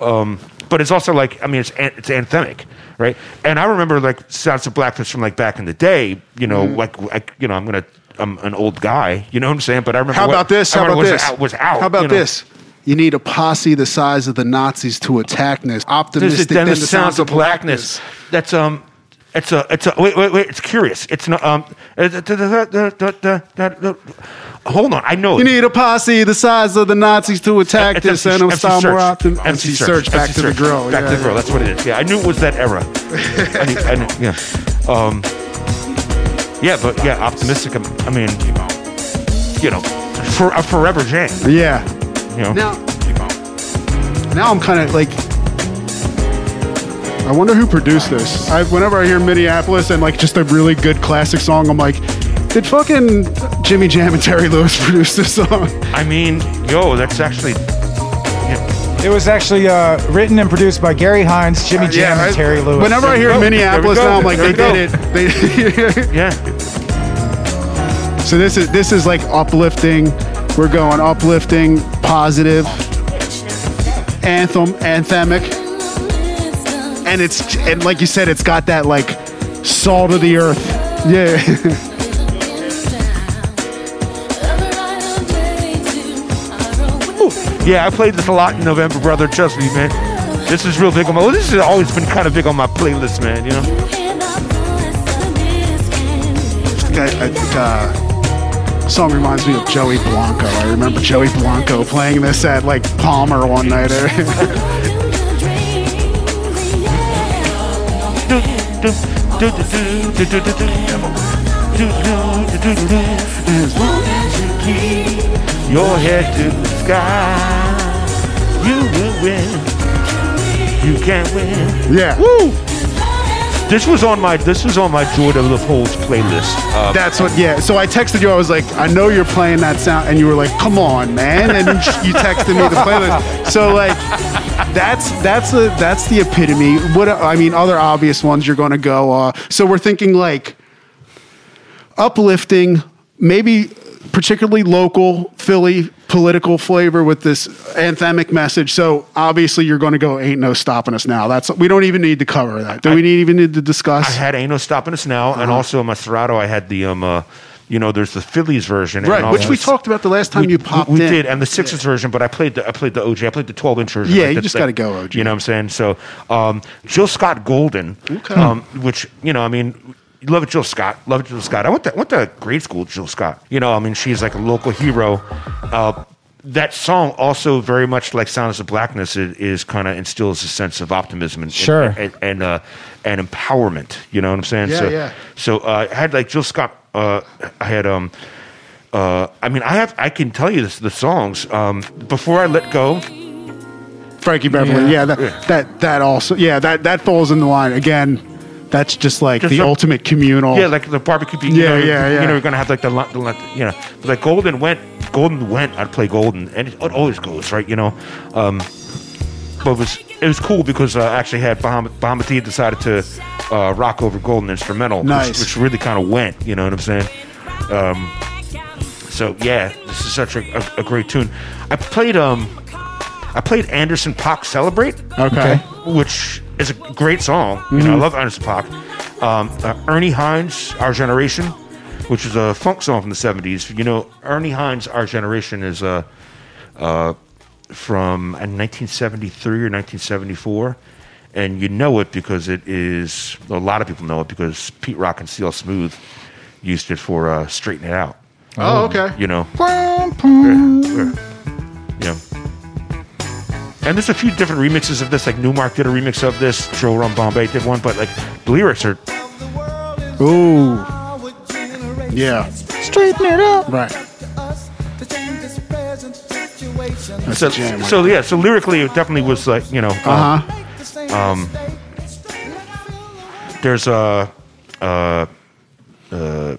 Speaker 5: um, but it's also like I mean it's an- it's anthemic, right? And I remember like Sounds of Blackness from like back in the day. You know,
Speaker 3: Mm-hmm.
Speaker 5: like like you know I'm gonna. I'm an old guy, you know what I'm saying? But I remember.
Speaker 3: How
Speaker 5: what-
Speaker 3: about this?
Speaker 5: I
Speaker 3: How about
Speaker 5: remember
Speaker 3: this?
Speaker 5: Was out, was out,
Speaker 3: How about
Speaker 5: you know?
Speaker 3: this? You need a posse the size of the Nazis to attack this.
Speaker 5: This is
Speaker 3: Optimistic
Speaker 5: then
Speaker 3: than
Speaker 5: the sounds of blackness. That's um. It's a. It's a. Wait, wait, wait. It's curious. It's not. Um. uh, da- da- da- da- da- da- da- da- Hold on. I know.
Speaker 3: You
Speaker 5: it.
Speaker 3: need a posse the size of the Nazis to attack
Speaker 5: It's
Speaker 3: this,
Speaker 5: MC
Speaker 3: and I'm
Speaker 5: MC
Speaker 3: still more
Speaker 5: Search.
Speaker 3: optimistic. MC Search, back
Speaker 5: MC
Speaker 3: to the
Speaker 5: Search.
Speaker 3: grill.
Speaker 5: Back
Speaker 3: yeah,
Speaker 5: to the grill. That's what it is. Yeah, I knew it was that era. I knew, I knew, yeah. Um, yeah, but yeah, optimistic. um, I mean, you know, for a forever jam.
Speaker 3: Yeah.
Speaker 5: You know,
Speaker 3: Now, now I'm kind of like, I wonder who produced this. I, whenever I hear Minneapolis and like just a really good classic song, I'm like, did fucking Jimmy Jam and Terry Lewis *laughs* produce this song?
Speaker 5: I mean, yo, that's actually.
Speaker 4: It was actually uh, written and produced by Gary Hines,
Speaker 5: Uh,
Speaker 4: Jimmy Jam, and Terry Lewis.
Speaker 3: Whenever I hear
Speaker 5: go. There we
Speaker 3: Minneapolis,
Speaker 5: go.
Speaker 3: now I'm like,
Speaker 5: There
Speaker 3: they
Speaker 5: we
Speaker 3: did it. *laughs*
Speaker 5: Yeah,
Speaker 3: They, so this is this is like uplifting. We're going uplifting, positive, anthem, anthemic. and it's and like you said, it's got that like salt of the earth. Yeah, *laughs*
Speaker 5: yeah. I played this a lot in November, brother. Trust me, man. This is real big on my. This has always been kind of big on my playlist, man. You know.
Speaker 3: I, I think uh, *laughs* song reminds me of Joey Blanco. I remember Joey Blanco playing this at like Palmer one night.
Speaker 5: Do, do, do, do, do, do, do, do, do. Do, do, do, do, do, do. your head to the sky. You will win. You can't
Speaker 3: *laughs*
Speaker 5: win.
Speaker 3: Yeah.
Speaker 5: Woo! This was on my this was on my Jordan the Poles playlist. Uh,
Speaker 3: That's what, yeah. So I texted you. I was like, I know you're playing that sound. And you were like, come on, man. And you texted me the playlist. So, like, that's that's a, that's the epitome. What I mean, other obvious ones you're going to go. Uh, so we're thinking like uplifting, maybe particularly local Philly political flavor with this anthemic message. So obviously you're going to go ain't no stopping us now. That's we don't even need to cover that. Do we need, even need to discuss?
Speaker 5: I had Ain't No Stopping Us Now,
Speaker 3: Uh-huh.
Speaker 5: and also in my Serato I had the um uh, you know, there's the Phillies version, and
Speaker 3: Right, which
Speaker 5: also-
Speaker 3: we talked about the last time you popped
Speaker 5: we
Speaker 3: in.
Speaker 5: did, and the Sixers version, but I played the I played the OG. I played the 12 inch version.
Speaker 3: Yeah,
Speaker 5: Like,
Speaker 3: you
Speaker 5: that's
Speaker 3: just gotta
Speaker 5: like-
Speaker 3: go OG.
Speaker 5: You know what I'm saying? So, um, Jill Scott Golden,
Speaker 3: Okay.
Speaker 5: um, which you know, I mean. Love Jill Scott. Love Jill Scott. I went to went to grade school with Jill Scott. You know, I mean, she's like a local hero. Uh, that song also very much like Sounds of Blackness is, is kind of instills a sense of optimism and
Speaker 4: Sure.
Speaker 5: and and, uh, and empowerment. You know what I'm saying?
Speaker 3: Yeah,
Speaker 5: so,
Speaker 3: yeah.
Speaker 5: So uh, I had like Jill Scott. Uh, I had um, uh, I mean, I have. I can tell you this, the songs. Um, Before I let go,
Speaker 3: Frankie Beverly. Yeah,
Speaker 8: Yeah.
Speaker 3: that, that that also yeah that that falls in the line again. That's just like
Speaker 5: Just
Speaker 3: the
Speaker 5: a-
Speaker 3: ultimate communal.
Speaker 5: yeah, like the barbecue. beat, you
Speaker 3: Oh. Yeah,
Speaker 5: know,
Speaker 3: yeah, yeah.
Speaker 5: You know, you're gonna have like the, lo- the lo- you know, but, like Golden went, Golden went. I'd play Golden, and it, it always goes right. You know, um, but it was it was cool because I actually had Bahama, Bahama T decided to uh, rock over Golden instrumental, which-
Speaker 3: Nice.
Speaker 5: which, really kind of went. You know what I'm saying? Um, so yeah, this is such a, a, a great tune. I played um, I played Anderson Pock Celebrate.
Speaker 3: okay.
Speaker 5: which is a great song. You know, I love Ernest Pop. Um, uh, Ernie Hines, Our Generation, which is a funk song from the '70s. You know, Ernie Hines, Our Generation is uh, uh, from uh, 1973 or 1974, and you know it because it is. A lot of people know it because Pete Rock and CL Smooth used it for uh, "Straighten It Out."
Speaker 3: Oh, okay.
Speaker 5: You know. Yeah. And there's a few different remixes of this. Like Newmark did a remix of this. Joe Rum Bombay did one, but like the lyrics are
Speaker 3: Ooh. Yeah. Straighten it up. Right. That's
Speaker 5: so,
Speaker 3: a jam. right
Speaker 5: so yeah. So lyrically, it definitely was like you know.
Speaker 3: Uh huh.
Speaker 5: Um, there's a, uh, uh,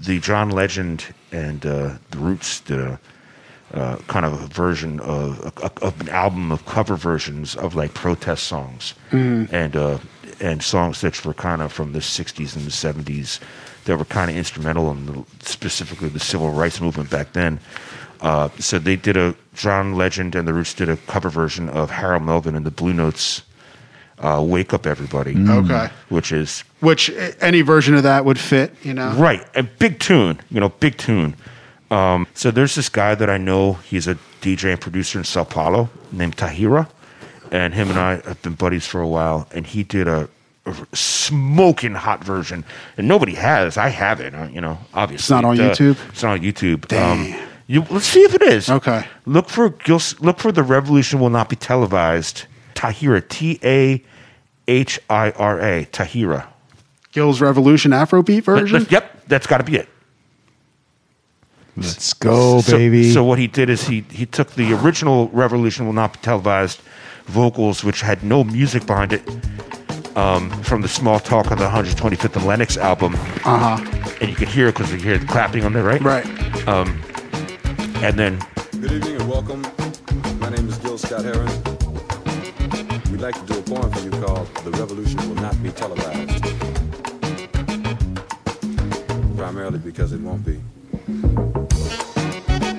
Speaker 5: the John Legend and uh, the Roots did a uh, kind of a version of, of- of an album of cover versions of like protest songs and uh, and songs that were kind of from the '60s and the '70s that were kind of instrumental in the, specifically the civil rights movement back then. Uh, so they did a John Legend and the Roots did a cover version of Harold Melvin and the Blue Notes. Uh, Wake up, everybody!
Speaker 3: Okay.
Speaker 5: which is
Speaker 3: Which eh, any version of that would fit, you know.
Speaker 5: Right. A big tune, you know, big tune. Um, so there's this guy that I know. He's a DJ and producer in Sao Paulo named Tahira. And him and I have been buddies for a while. And he did a, a smoking hot version. And nobody has. I have it, uh, you know, obviously.
Speaker 3: It's not on
Speaker 5: Duh.
Speaker 3: YouTube?
Speaker 5: It's not on YouTube. Um, you, let's see if it is.
Speaker 3: Okay.
Speaker 5: Look for you'll s- look for the revolution will not be televised. Tahira, T A H I R A, Tahira.
Speaker 3: Gill's Revolution Afrobeat
Speaker 5: Let-
Speaker 3: version.
Speaker 5: let- yep, that's got to be it.
Speaker 4: Let's go,
Speaker 5: so,
Speaker 4: baby.
Speaker 5: so what he did is he he took the original Revolution Will Not Be Televised vocals, which had no music behind it, um, from the Small Talk on the 125th and Lennox album,
Speaker 3: Uh huh.
Speaker 5: and you could hear it because you hear the clapping on there, right?
Speaker 3: Right.
Speaker 5: And then
Speaker 9: Good evening and welcome. My name is Gil Scott Heron. We'd like to do a poem for you called The Revolution Will Not Be Televised. Primarily because it won't be.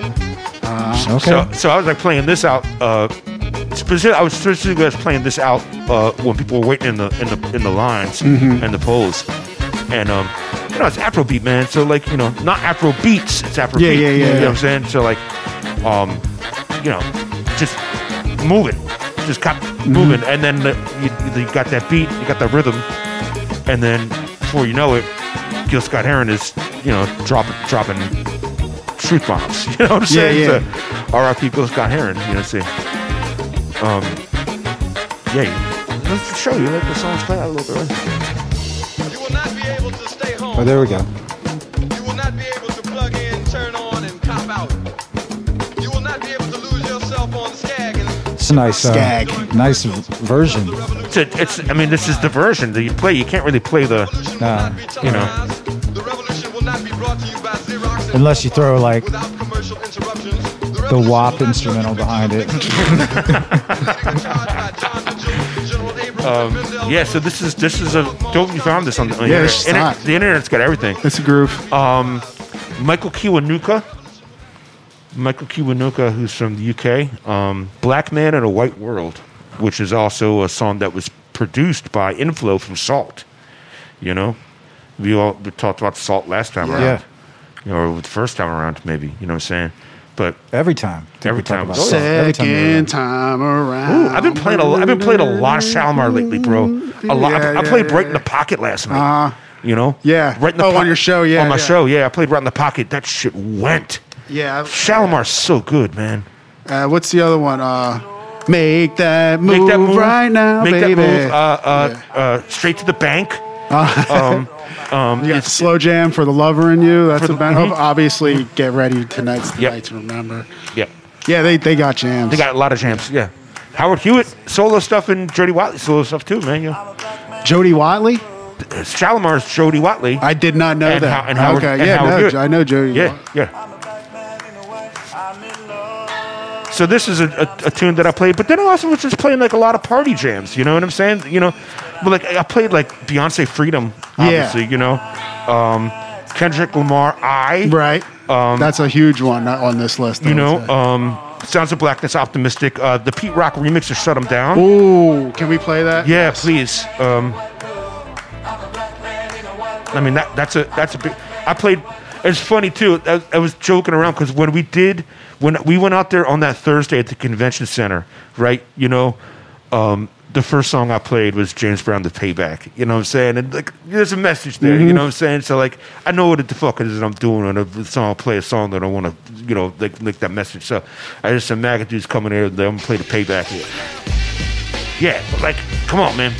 Speaker 4: okay.
Speaker 5: so so I was like playing this out. Uh, specific, I was specifically I was playing this out uh, when people were waiting in the in the in the lines
Speaker 3: Mm-hmm.
Speaker 5: and the polls, and um, you know it's Afrobeat, man. So like you know not Afro beats, it's Afrobeat.
Speaker 3: Yeah, yeah, yeah,
Speaker 5: You know
Speaker 3: yeah.
Speaker 5: what I'm saying? So like, um, you know, just moving, just kept moving,
Speaker 3: Mm-hmm.
Speaker 5: and then the, you, you got that beat, you got that rhythm, and then before you know it, Gil Scott Heron is you know dropping dropping truth bombs. *laughs* You know what I'm
Speaker 3: Yeah,
Speaker 5: saying?
Speaker 3: yeah.
Speaker 5: So, R.I.P. Gil Scott Heron. You know what I'm saying? Um, yeah, you- let's show you. Let the songs play out a little bit. Right?
Speaker 10: You will not be able to stay home.
Speaker 4: oh, there we go.
Speaker 10: You will not be able to plug in, turn on, and cop out. You will not be able to lose yourself on Skag and
Speaker 4: That's a nice, uh,
Speaker 3: Skag.
Speaker 4: nice version.
Speaker 5: It's, a, it's. I mean, this is the version that you play. You can't really play the.
Speaker 4: Nah.
Speaker 5: You know.
Speaker 10: The revolution will not be brought to you by Xerox and
Speaker 4: Unless you throw like
Speaker 10: without commercial interruptions.
Speaker 4: the WAP instrumental behind it.
Speaker 10: um,
Speaker 5: Yeah. So this is this is a. Don't you found this on the? On the
Speaker 3: Yeah, it's
Speaker 5: internet.
Speaker 3: not.
Speaker 5: the internet's got everything.
Speaker 3: It's a groove.
Speaker 5: Um, Michael Kiwanuka. Michael Kiwanuka, who's from the UK. Um, Black Man in a White World, which is also a song that was produced by Inflow from Salt. You know, we all we talked about Salt last time around.
Speaker 4: Yeah.
Speaker 5: You know, or the first time around, maybe. You know what I'm saying? But
Speaker 4: Every time. I think we
Speaker 5: Every
Speaker 4: talk
Speaker 5: time.
Speaker 4: about
Speaker 5: Oh,
Speaker 4: salt. Every time we were-
Speaker 3: Second time around.
Speaker 5: Ooh, I've been playing a, I've been playing a lot of Shalimar lately, bro. A lot. I,
Speaker 3: Yeah,
Speaker 5: I
Speaker 3: yeah,
Speaker 5: played
Speaker 3: yeah,
Speaker 5: right in the pocket last night.
Speaker 3: Uh,
Speaker 5: you know.
Speaker 3: yeah.
Speaker 5: Right in the
Speaker 3: Oh, on your show, yeah,
Speaker 5: On my
Speaker 3: yeah.
Speaker 5: show, yeah. I played right in the pocket. That shit went.
Speaker 3: yeah. I've-
Speaker 5: Shalimar's so good, man.
Speaker 3: Uh, what's the other one? Uh, make that move,
Speaker 5: Make that move
Speaker 3: right now,
Speaker 5: Make
Speaker 3: baby.
Speaker 5: that move. Uh, uh, uh, straight to the bank.
Speaker 3: *laughs* Uh-huh.
Speaker 5: um, um,
Speaker 3: you got
Speaker 5: it's-
Speaker 3: slow jam for the lover in you. That's
Speaker 5: For the-
Speaker 3: about. Obviously, get ready tonight's the
Speaker 5: Yep.
Speaker 3: night to remember.
Speaker 5: yeah.
Speaker 3: Yeah, they, they got jams.
Speaker 5: They got a lot of jams. Yeah. Howard Hewitt solo stuff and Jody Watley solo stuff too, man. You know,
Speaker 3: Jody Watley.
Speaker 5: Shalimar's Jody Watley.
Speaker 3: I did not know
Speaker 5: And
Speaker 3: that.
Speaker 5: how- and Howard-
Speaker 3: okay,
Speaker 5: and
Speaker 3: yeah,
Speaker 5: Howard
Speaker 3: no,
Speaker 5: Hewitt.
Speaker 3: Jo- I know Jody.
Speaker 5: Yeah,
Speaker 3: Watley.
Speaker 5: yeah. So this is a, a, a tune that I played, but then I also was just playing like a lot of party jams. You know what I'm saying? You know, but like I played like Beyonce Freedom,
Speaker 3: Yeah.
Speaker 5: obviously. You know, um, Kendrick Lamar, I.
Speaker 3: right. That's a huge one not on this list. I
Speaker 5: Um, You
Speaker 3: would
Speaker 5: know,
Speaker 3: say.
Speaker 5: um, Sounds of Blackness, Optimistic. Uh, the Pete Rock remix of Shut 'Em Down.
Speaker 3: Ooh, can we play that?
Speaker 5: Yeah, please. Um, I mean that that's a that's a big. I played. It's funny too. I, I was joking around because when we did when we went out there on that Thursday at the convention center, right? You know, um, the first song I played was James Brown "The Payback." You know what I'm saying? And like, there's a message there. You know what I'm saying? So like, I know what the fuck it is that I'm doing on a song. I play a song that I want to, you know, like make that message. So I just some maggot dudes coming here. They're gonna play the payback. Yeah, but like, come on, man.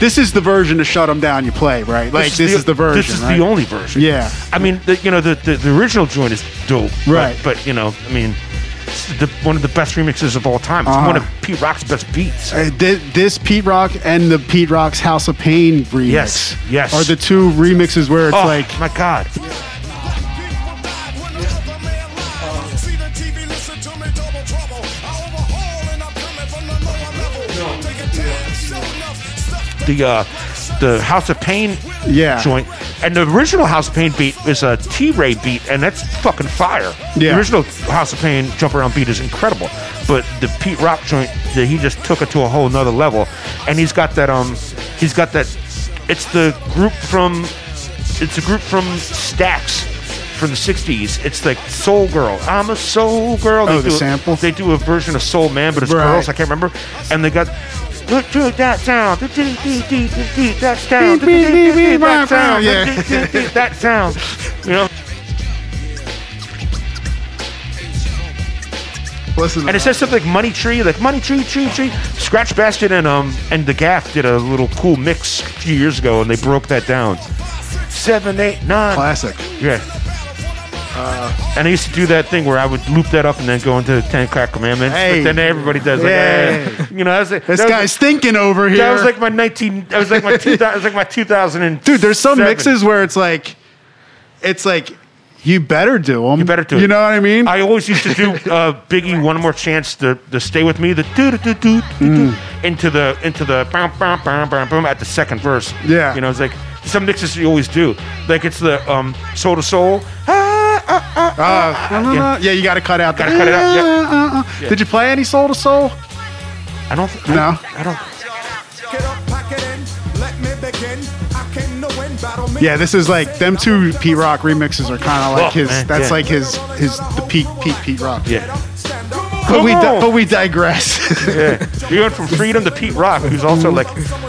Speaker 3: This is the version to shut them down. You play right. Like this, is, the, version.
Speaker 5: This is
Speaker 3: right?
Speaker 5: the only version.
Speaker 3: Yeah.
Speaker 5: I mean, the, you know, the, the, the original joint is dope. but-
Speaker 3: Right.
Speaker 5: But, you know, I mean, it's the, one of the best remixes of all time. It's one of
Speaker 3: Uh-huh.
Speaker 5: Pete Rock's best beats.
Speaker 3: Uh, thi- this Pete Rock and the Pete Rock's House of Pain remix.
Speaker 5: Yes, yes.
Speaker 3: Are the two remixes where it's
Speaker 5: oh
Speaker 3: like
Speaker 5: my god! The uh, the House of Pain
Speaker 3: Yeah.
Speaker 5: joint, and the original House of Pain beat is a T-Ray beat, and that's fucking fire.
Speaker 3: Yeah.
Speaker 5: The original House of Pain jump around beat is incredible, but the Pete Rock joint, the, he just took it to a whole nother level, and he's got that um, he's got that. It's the group from it's a group from Stax from the 60s. It's like Soul Girl. I'm a Soul Girl.
Speaker 3: Oh, the
Speaker 5: do a-
Speaker 3: sample?
Speaker 5: They do a version of Soul Man, but it's
Speaker 3: Right.
Speaker 5: girls. I can't remember. And they got. Do, do that sound. *laughs* Do, do, do, do, do, do, that sound. Do, do, do, do, do, that sound.
Speaker 3: Yeah.
Speaker 5: Do, do, do, do, That sound. You know?
Speaker 3: listen.
Speaker 5: And it says something like Money Tree, like Money Tree, Tree, Tree. Scratch Bastard and um and the Gaff did a little cool mix a few years ago, and they broke that down. Seven, eight, nine.
Speaker 3: classic.
Speaker 5: Yeah.
Speaker 3: Uh.
Speaker 5: and I used to do that thing where I would loop that up and then go into the Ten Crack Commandments.
Speaker 3: Hey.
Speaker 5: but then everybody does like,
Speaker 3: Hey.
Speaker 5: eh. *laughs* you know, that's like,
Speaker 3: This
Speaker 5: that was
Speaker 3: guy's thinking over here.
Speaker 5: Like, that was like my nineteen. That was like my two. That was like my two thousand and.
Speaker 3: dude, there's some mixes where it's like, it's like, you better do them.
Speaker 5: You better do it.
Speaker 3: You know what I mean?
Speaker 5: I always used to do uh, Biggie one more chance to, to stay with me. The do do do do
Speaker 3: Mm.
Speaker 5: do into the into the bum, bum, bum, bum, bum, at the second verse.
Speaker 3: Yeah.
Speaker 5: you know, it's like some mixes you always do. Like it's the um, soul to soul. Ah, ah, ah,
Speaker 3: Uh, no, no, no. yeah. you got to cut out. the-
Speaker 5: Gotta cut it out, yeah.
Speaker 3: Uh, uh, uh. Did you play any Soul to Soul?
Speaker 5: I don't. I,
Speaker 3: No.
Speaker 5: I don't.
Speaker 3: Yeah, this is like them two Pete Rock remixes are kind of like
Speaker 5: Oh,
Speaker 3: his.
Speaker 5: man,
Speaker 3: that's
Speaker 5: yeah.
Speaker 3: like his his the peak peak Pete Rock.
Speaker 5: Yeah. Oh.
Speaker 3: But we
Speaker 5: Come on.
Speaker 3: di- but we digress. *laughs*
Speaker 5: Yeah. You went from Freedom to Pete Rock, who's also like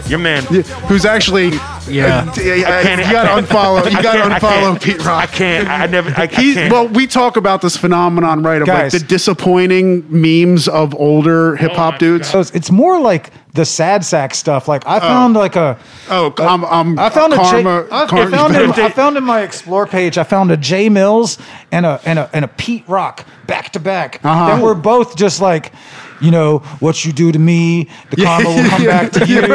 Speaker 5: your man.
Speaker 3: *laughs* Who's actually?
Speaker 8: Yeah.
Speaker 3: uh, d- uh, you gotta unfollow. You
Speaker 5: I
Speaker 3: gotta
Speaker 5: can't- I
Speaker 3: unfollow
Speaker 5: can't.
Speaker 3: Pete
Speaker 5: I
Speaker 3: Rock.
Speaker 5: can't. I never. I, I
Speaker 3: He,
Speaker 5: can't.
Speaker 3: well, we talk about this phenomenon, right? Of
Speaker 4: Guys.
Speaker 3: like the disappointing memes of older hip hop dudes.
Speaker 4: So it's, it's more like the sad sack stuff. Like I found like a
Speaker 3: Oh, I'm, I'm
Speaker 4: I found a
Speaker 3: karma.
Speaker 4: J, I,
Speaker 3: karma-
Speaker 4: I found in,
Speaker 5: If they-
Speaker 4: I found in my explore page. I found a J Mills and a and a and a Pete Rock back to back
Speaker 3: Uh-huh.
Speaker 4: that were both just like you know, what you do to me, the karma will come back to you. And,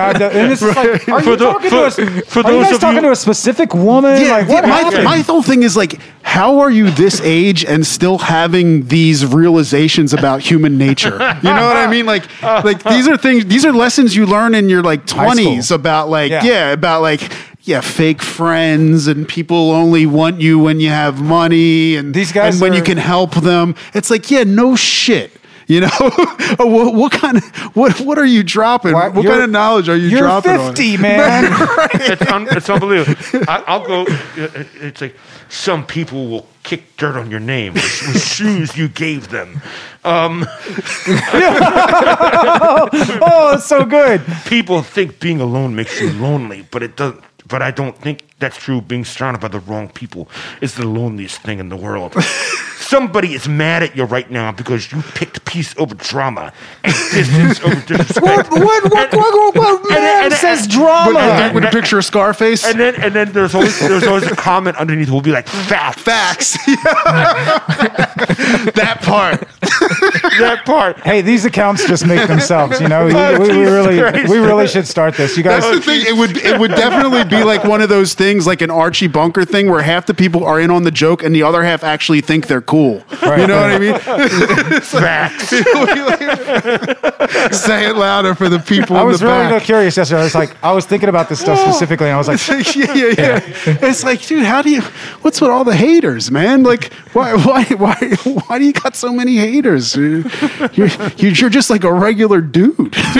Speaker 4: I, and it's just like, are
Speaker 5: For
Speaker 4: you
Speaker 5: the-
Speaker 4: talking
Speaker 5: for-
Speaker 4: to us?
Speaker 5: for
Speaker 4: are you
Speaker 5: those
Speaker 4: guys
Speaker 5: of
Speaker 4: talking
Speaker 5: you-
Speaker 4: to a specific woman?
Speaker 3: Yeah,
Speaker 4: like, what
Speaker 3: yeah, my,
Speaker 4: happened?
Speaker 3: my whole thing is like, how are you this age and still having these realizations about human nature? You know what I mean? Like, like these are things, these are lessons you learn in your like
Speaker 4: High school.
Speaker 3: twenties about like, yeah.
Speaker 4: Yeah.
Speaker 3: about like, yeah, fake friends and people only want you when you have money and
Speaker 4: These guys
Speaker 3: and when you
Speaker 4: are-
Speaker 3: can help them. It's like, yeah, no shit. You know *laughs* Oh, what, what kind of what what are you dropping?
Speaker 4: Why-
Speaker 3: what
Speaker 4: you're-
Speaker 3: kind of knowledge are you
Speaker 4: You're
Speaker 3: dropping? on it?
Speaker 4: 50, man.
Speaker 5: it's, un- it's unbelievable. I,
Speaker 4: *laughs*
Speaker 5: I'll go. uh, It's like some people will kick dirt on your name as, as soon as you gave them. Um,
Speaker 4: oh, it's so good.
Speaker 5: people think being alone makes you lonely, but it doesn't. But I don't think that's true. Being surrounded by the wrong people is the loneliest thing in
Speaker 4: *laughs*
Speaker 5: the world. Somebody is mad at you right now because you picked peace over drama and distance
Speaker 4: *laughs*
Speaker 5: over disrespect.
Speaker 4: What, what, what, what, what, what
Speaker 5: and-
Speaker 4: man
Speaker 5: and-
Speaker 4: says
Speaker 5: and-
Speaker 4: drama?
Speaker 5: but-
Speaker 3: Like with a picture of Scarface.
Speaker 5: And then, and then there's always there's always a comment underneath who will be like facts.
Speaker 3: facts. *laughs* that part.
Speaker 5: That part.
Speaker 4: Hey, these accounts just
Speaker 3: *laughs*
Speaker 4: make themselves. You know, we, we, we
Speaker 5: Jesus
Speaker 4: really,
Speaker 5: Christ.
Speaker 4: we really should start this. You guys,
Speaker 3: That's the thing. It would it would definitely be like one of those things, like an Archie Bunker thing, where half the people are in on the joke and the other half actually think they're cool. you
Speaker 4: Right,
Speaker 3: know
Speaker 4: right.
Speaker 3: what I mean?
Speaker 5: Facts.
Speaker 3: *laughs* Say it louder for the people
Speaker 4: I
Speaker 3: in
Speaker 4: was
Speaker 3: the
Speaker 4: really
Speaker 3: back. Oh.
Speaker 4: curious yesterday. I was like, I was thinking about this stuff specifically, and I was like,
Speaker 3: *laughs* yeah, yeah, yeah. It's like, dude, how do you? What's with all the haters, man? Like, why, why, why, why do you got so many haters? You're, you're, you're just like a regular dude. *laughs*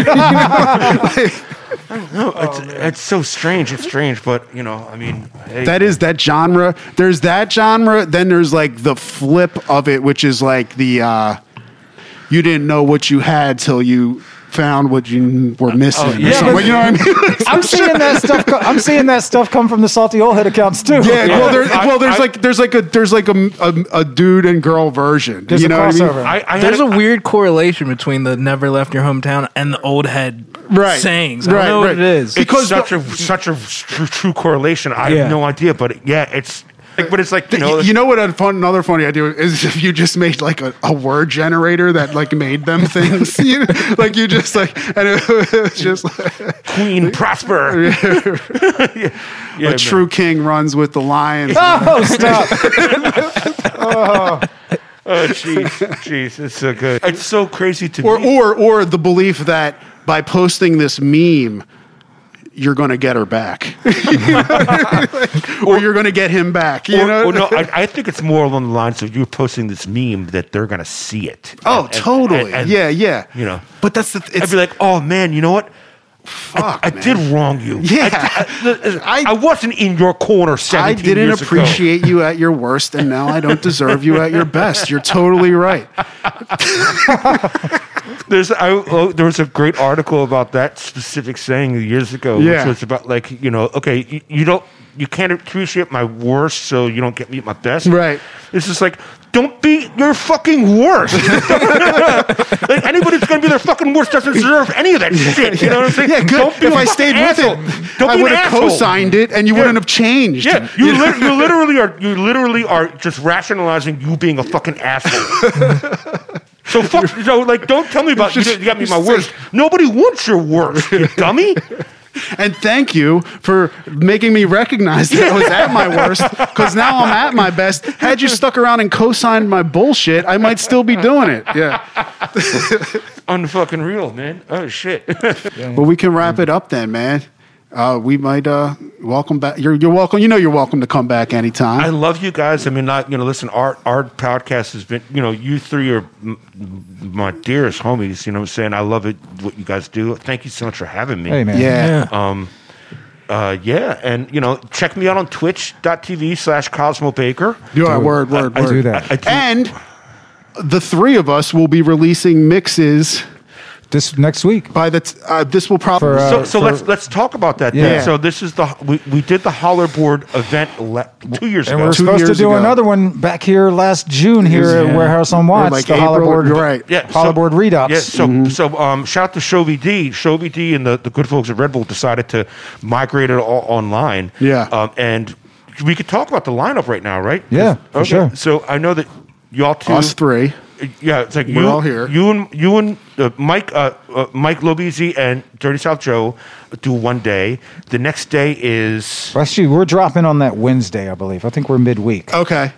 Speaker 3: You know? Like,
Speaker 5: No, it's, it's so strange. It's strange, but you know, I mean, hey,
Speaker 3: that is that genre. There's that genre. Then there's like the flip of it, which is like the uh, you didn't know what you had till you found what you were missing. or
Speaker 5: yeah,
Speaker 3: something.
Speaker 4: but-
Speaker 3: you know what I mean?
Speaker 4: *laughs* I'm seeing that stuff. co- I'm seeing that stuff come from the salty old head accounts
Speaker 3: *laughs*
Speaker 4: too.
Speaker 3: Yeah, well, there,
Speaker 5: I-
Speaker 3: well, there's
Speaker 5: I-
Speaker 3: like there's like a there's like a, a, a dude and girl version.
Speaker 4: There's
Speaker 3: you
Speaker 4: a
Speaker 3: know what I mean?
Speaker 4: crossover.
Speaker 5: I, I
Speaker 8: There's a
Speaker 5: had
Speaker 8: weird correlation between the never left your hometown and the old head
Speaker 3: Right.
Speaker 8: sayings. I don't
Speaker 3: Right,
Speaker 8: know
Speaker 3: right.
Speaker 8: what it is.
Speaker 5: it's
Speaker 3: because
Speaker 5: such a such a true, true correlation. I
Speaker 8: Yeah.
Speaker 5: have no idea, but yeah, it's like, but it's like you
Speaker 3: You
Speaker 5: know,
Speaker 3: know, you know what? A fun, another funny idea is *laughs* if you just made like a, a word generator that like made
Speaker 5: *laughs*
Speaker 3: them things. *laughs* you know? Like you just like and it was just like, *laughs*
Speaker 5: Queen Prosper, yeah,
Speaker 3: a
Speaker 5: Yeah, man.
Speaker 3: true king runs with the
Speaker 5: *laughs*
Speaker 3: lion.
Speaker 4: Oh, stop!
Speaker 5: Oh, jeez, jeez, it's
Speaker 3: *laughs*
Speaker 5: so good. It's so crazy to
Speaker 3: or
Speaker 5: me.
Speaker 3: or or the belief that by posting this meme you're going to get her
Speaker 5: *laughs*
Speaker 3: back *laughs* or you're going to get him back you
Speaker 5: Or-
Speaker 3: know
Speaker 5: or no, I, I think it's more along the lines of you're posting this meme that they're gonna see it.
Speaker 3: oh
Speaker 5: And- and-
Speaker 3: totally
Speaker 5: and- and
Speaker 3: yeah yeah
Speaker 5: you know.
Speaker 3: but that's the th-
Speaker 5: I'd
Speaker 3: it's
Speaker 5: be like, oh man, you know what?
Speaker 3: fuck
Speaker 5: I
Speaker 3: man.
Speaker 5: did wrong you.
Speaker 3: Yeah.
Speaker 5: I, di- I,
Speaker 3: I-
Speaker 5: I wasn't in your corner. 17
Speaker 3: I didn't
Speaker 5: years ago.
Speaker 3: appreciate you at your worst, and now I
Speaker 5: *laughs*
Speaker 3: don't deserve you at your best. You're totally right.
Speaker 5: There's I, oh, there was a great article about that specific saying years ago,
Speaker 3: Yeah.
Speaker 5: which was about like you know, okay, you, you don't you can't appreciate my worst, so you don't get me at my best.
Speaker 3: Right.
Speaker 5: It's just like don't be your fucking
Speaker 3: *laughs*
Speaker 5: worst. like anybody that's gonna be their fucking worst doesn't deserve any of that shit. You know what I'm saying?
Speaker 3: Yeah, good.
Speaker 5: Don't be
Speaker 3: if
Speaker 5: a
Speaker 3: I
Speaker 5: fucking
Speaker 3: stayed
Speaker 5: asshole.
Speaker 3: with it,
Speaker 5: don't
Speaker 3: I
Speaker 5: be an
Speaker 3: would have
Speaker 5: asshole.
Speaker 3: co-signed it, and you wouldn't have changed.
Speaker 5: Yeah, *laughs* you, lit you literally are you literally are just rationalizing you being a fucking *laughs* asshole. so fuck, so like, don't tell me about you, you got me my worst. Nobody wants your worst, *laughs* you dummy.
Speaker 3: And thank you for making me recognize that I was at my
Speaker 5: *laughs*
Speaker 3: worst because now I'm at my best. Had you stuck around and co signed my bullshit, I might still be doing it. Yeah.
Speaker 5: Unfucking real, man. Oh shit. *laughs*
Speaker 3: But we can wrap it up then, man. Uh, we might uh, welcome back. You're, you're welcome. You know, you're welcome to come back anytime.
Speaker 5: I love you guys. I mean, not you know, listen, our our podcast has been, you know, you three are m- m- my dearest homies. You know what I'm saying? I love it what you guys do. Thank you so much for having me.
Speaker 4: Hey man,
Speaker 3: yeah.
Speaker 5: Uh, yeah, and you know, check me out on twitch.tv slash Cosmo Baker.
Speaker 3: Yeah, word, word,
Speaker 4: I
Speaker 3: word.
Speaker 4: do that.
Speaker 5: I do-
Speaker 3: And the three of us will be releasing mixes
Speaker 4: This next week.
Speaker 3: by the. T- uh, this will probably.
Speaker 4: For, uh,
Speaker 5: so, so
Speaker 4: for-
Speaker 5: let's let's talk about that.
Speaker 3: Yeah.
Speaker 5: Then. So this is the we, we did the holler board event le- two years
Speaker 4: And
Speaker 5: ago.
Speaker 4: we're supposed to
Speaker 3: years
Speaker 4: do
Speaker 3: ago.
Speaker 4: another one back here last June here at
Speaker 8: Yeah.
Speaker 4: Warehouse on
Speaker 3: or
Speaker 4: Watts,
Speaker 3: like
Speaker 4: the
Speaker 3: April,
Speaker 4: Hollywood.
Speaker 3: you're right.
Speaker 5: yeah,
Speaker 4: Holler board redops.
Speaker 5: Yeah, so so um, shout out to Shovey D. Shovey D. and the, the good folks at Red Bull decided to migrate it all online.
Speaker 3: Yeah.
Speaker 5: um, and we could talk about the lineup right now, right?
Speaker 4: Yeah, for sure.
Speaker 5: So I know that y'all two
Speaker 3: Us three.
Speaker 5: yeah, it's like
Speaker 3: We're
Speaker 5: you,
Speaker 3: all here.
Speaker 5: You and you and uh, Mike, uh, uh, Mike Lobisi and Dirty South Joe do one day. The next day is
Speaker 4: Actually, we're dropping on that Wednesday, I believe. I think we're midweek.
Speaker 3: Okay.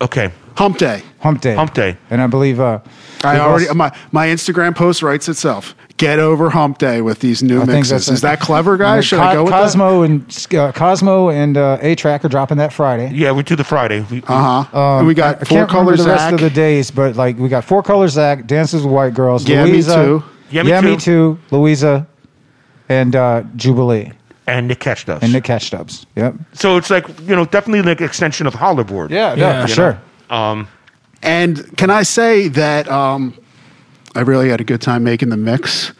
Speaker 5: okay.
Speaker 3: Hump day.
Speaker 4: Hump day.
Speaker 5: Oh, Hump day.
Speaker 4: And I believe uh,
Speaker 3: I
Speaker 4: we've
Speaker 3: already
Speaker 4: also-
Speaker 3: my, my Instagram post writes itself. Get over hump day with these new
Speaker 4: I think
Speaker 3: mixes.
Speaker 4: that's it.
Speaker 3: Is that clever, guys?
Speaker 4: And
Speaker 3: Should
Speaker 4: Co-
Speaker 3: I go with That?
Speaker 4: Cosmo and uh, Cosmo and uh, A Track are dropping that Friday.
Speaker 5: Yeah, we do the Friday. We,
Speaker 4: Uh-huh.
Speaker 3: Uh huh. we got
Speaker 4: um, I
Speaker 3: four
Speaker 4: can't remember
Speaker 3: colors.
Speaker 4: the rest of the days, but like we got four colors. Zach dances with white girls.
Speaker 3: Yeah, Me
Speaker 4: Louisa,
Speaker 3: Too.
Speaker 5: Yeah, Me Too.
Speaker 4: Too, Louisa, and uh, Jubilee
Speaker 5: and Nick Cash does.
Speaker 4: and Nick Cash Dubs. Yep.
Speaker 5: so it's like you know, definitely like extension of Hollywood.
Speaker 8: yeah,
Speaker 4: for
Speaker 8: you
Speaker 4: sure.
Speaker 3: And can I say that um, I really had a good time making the mix,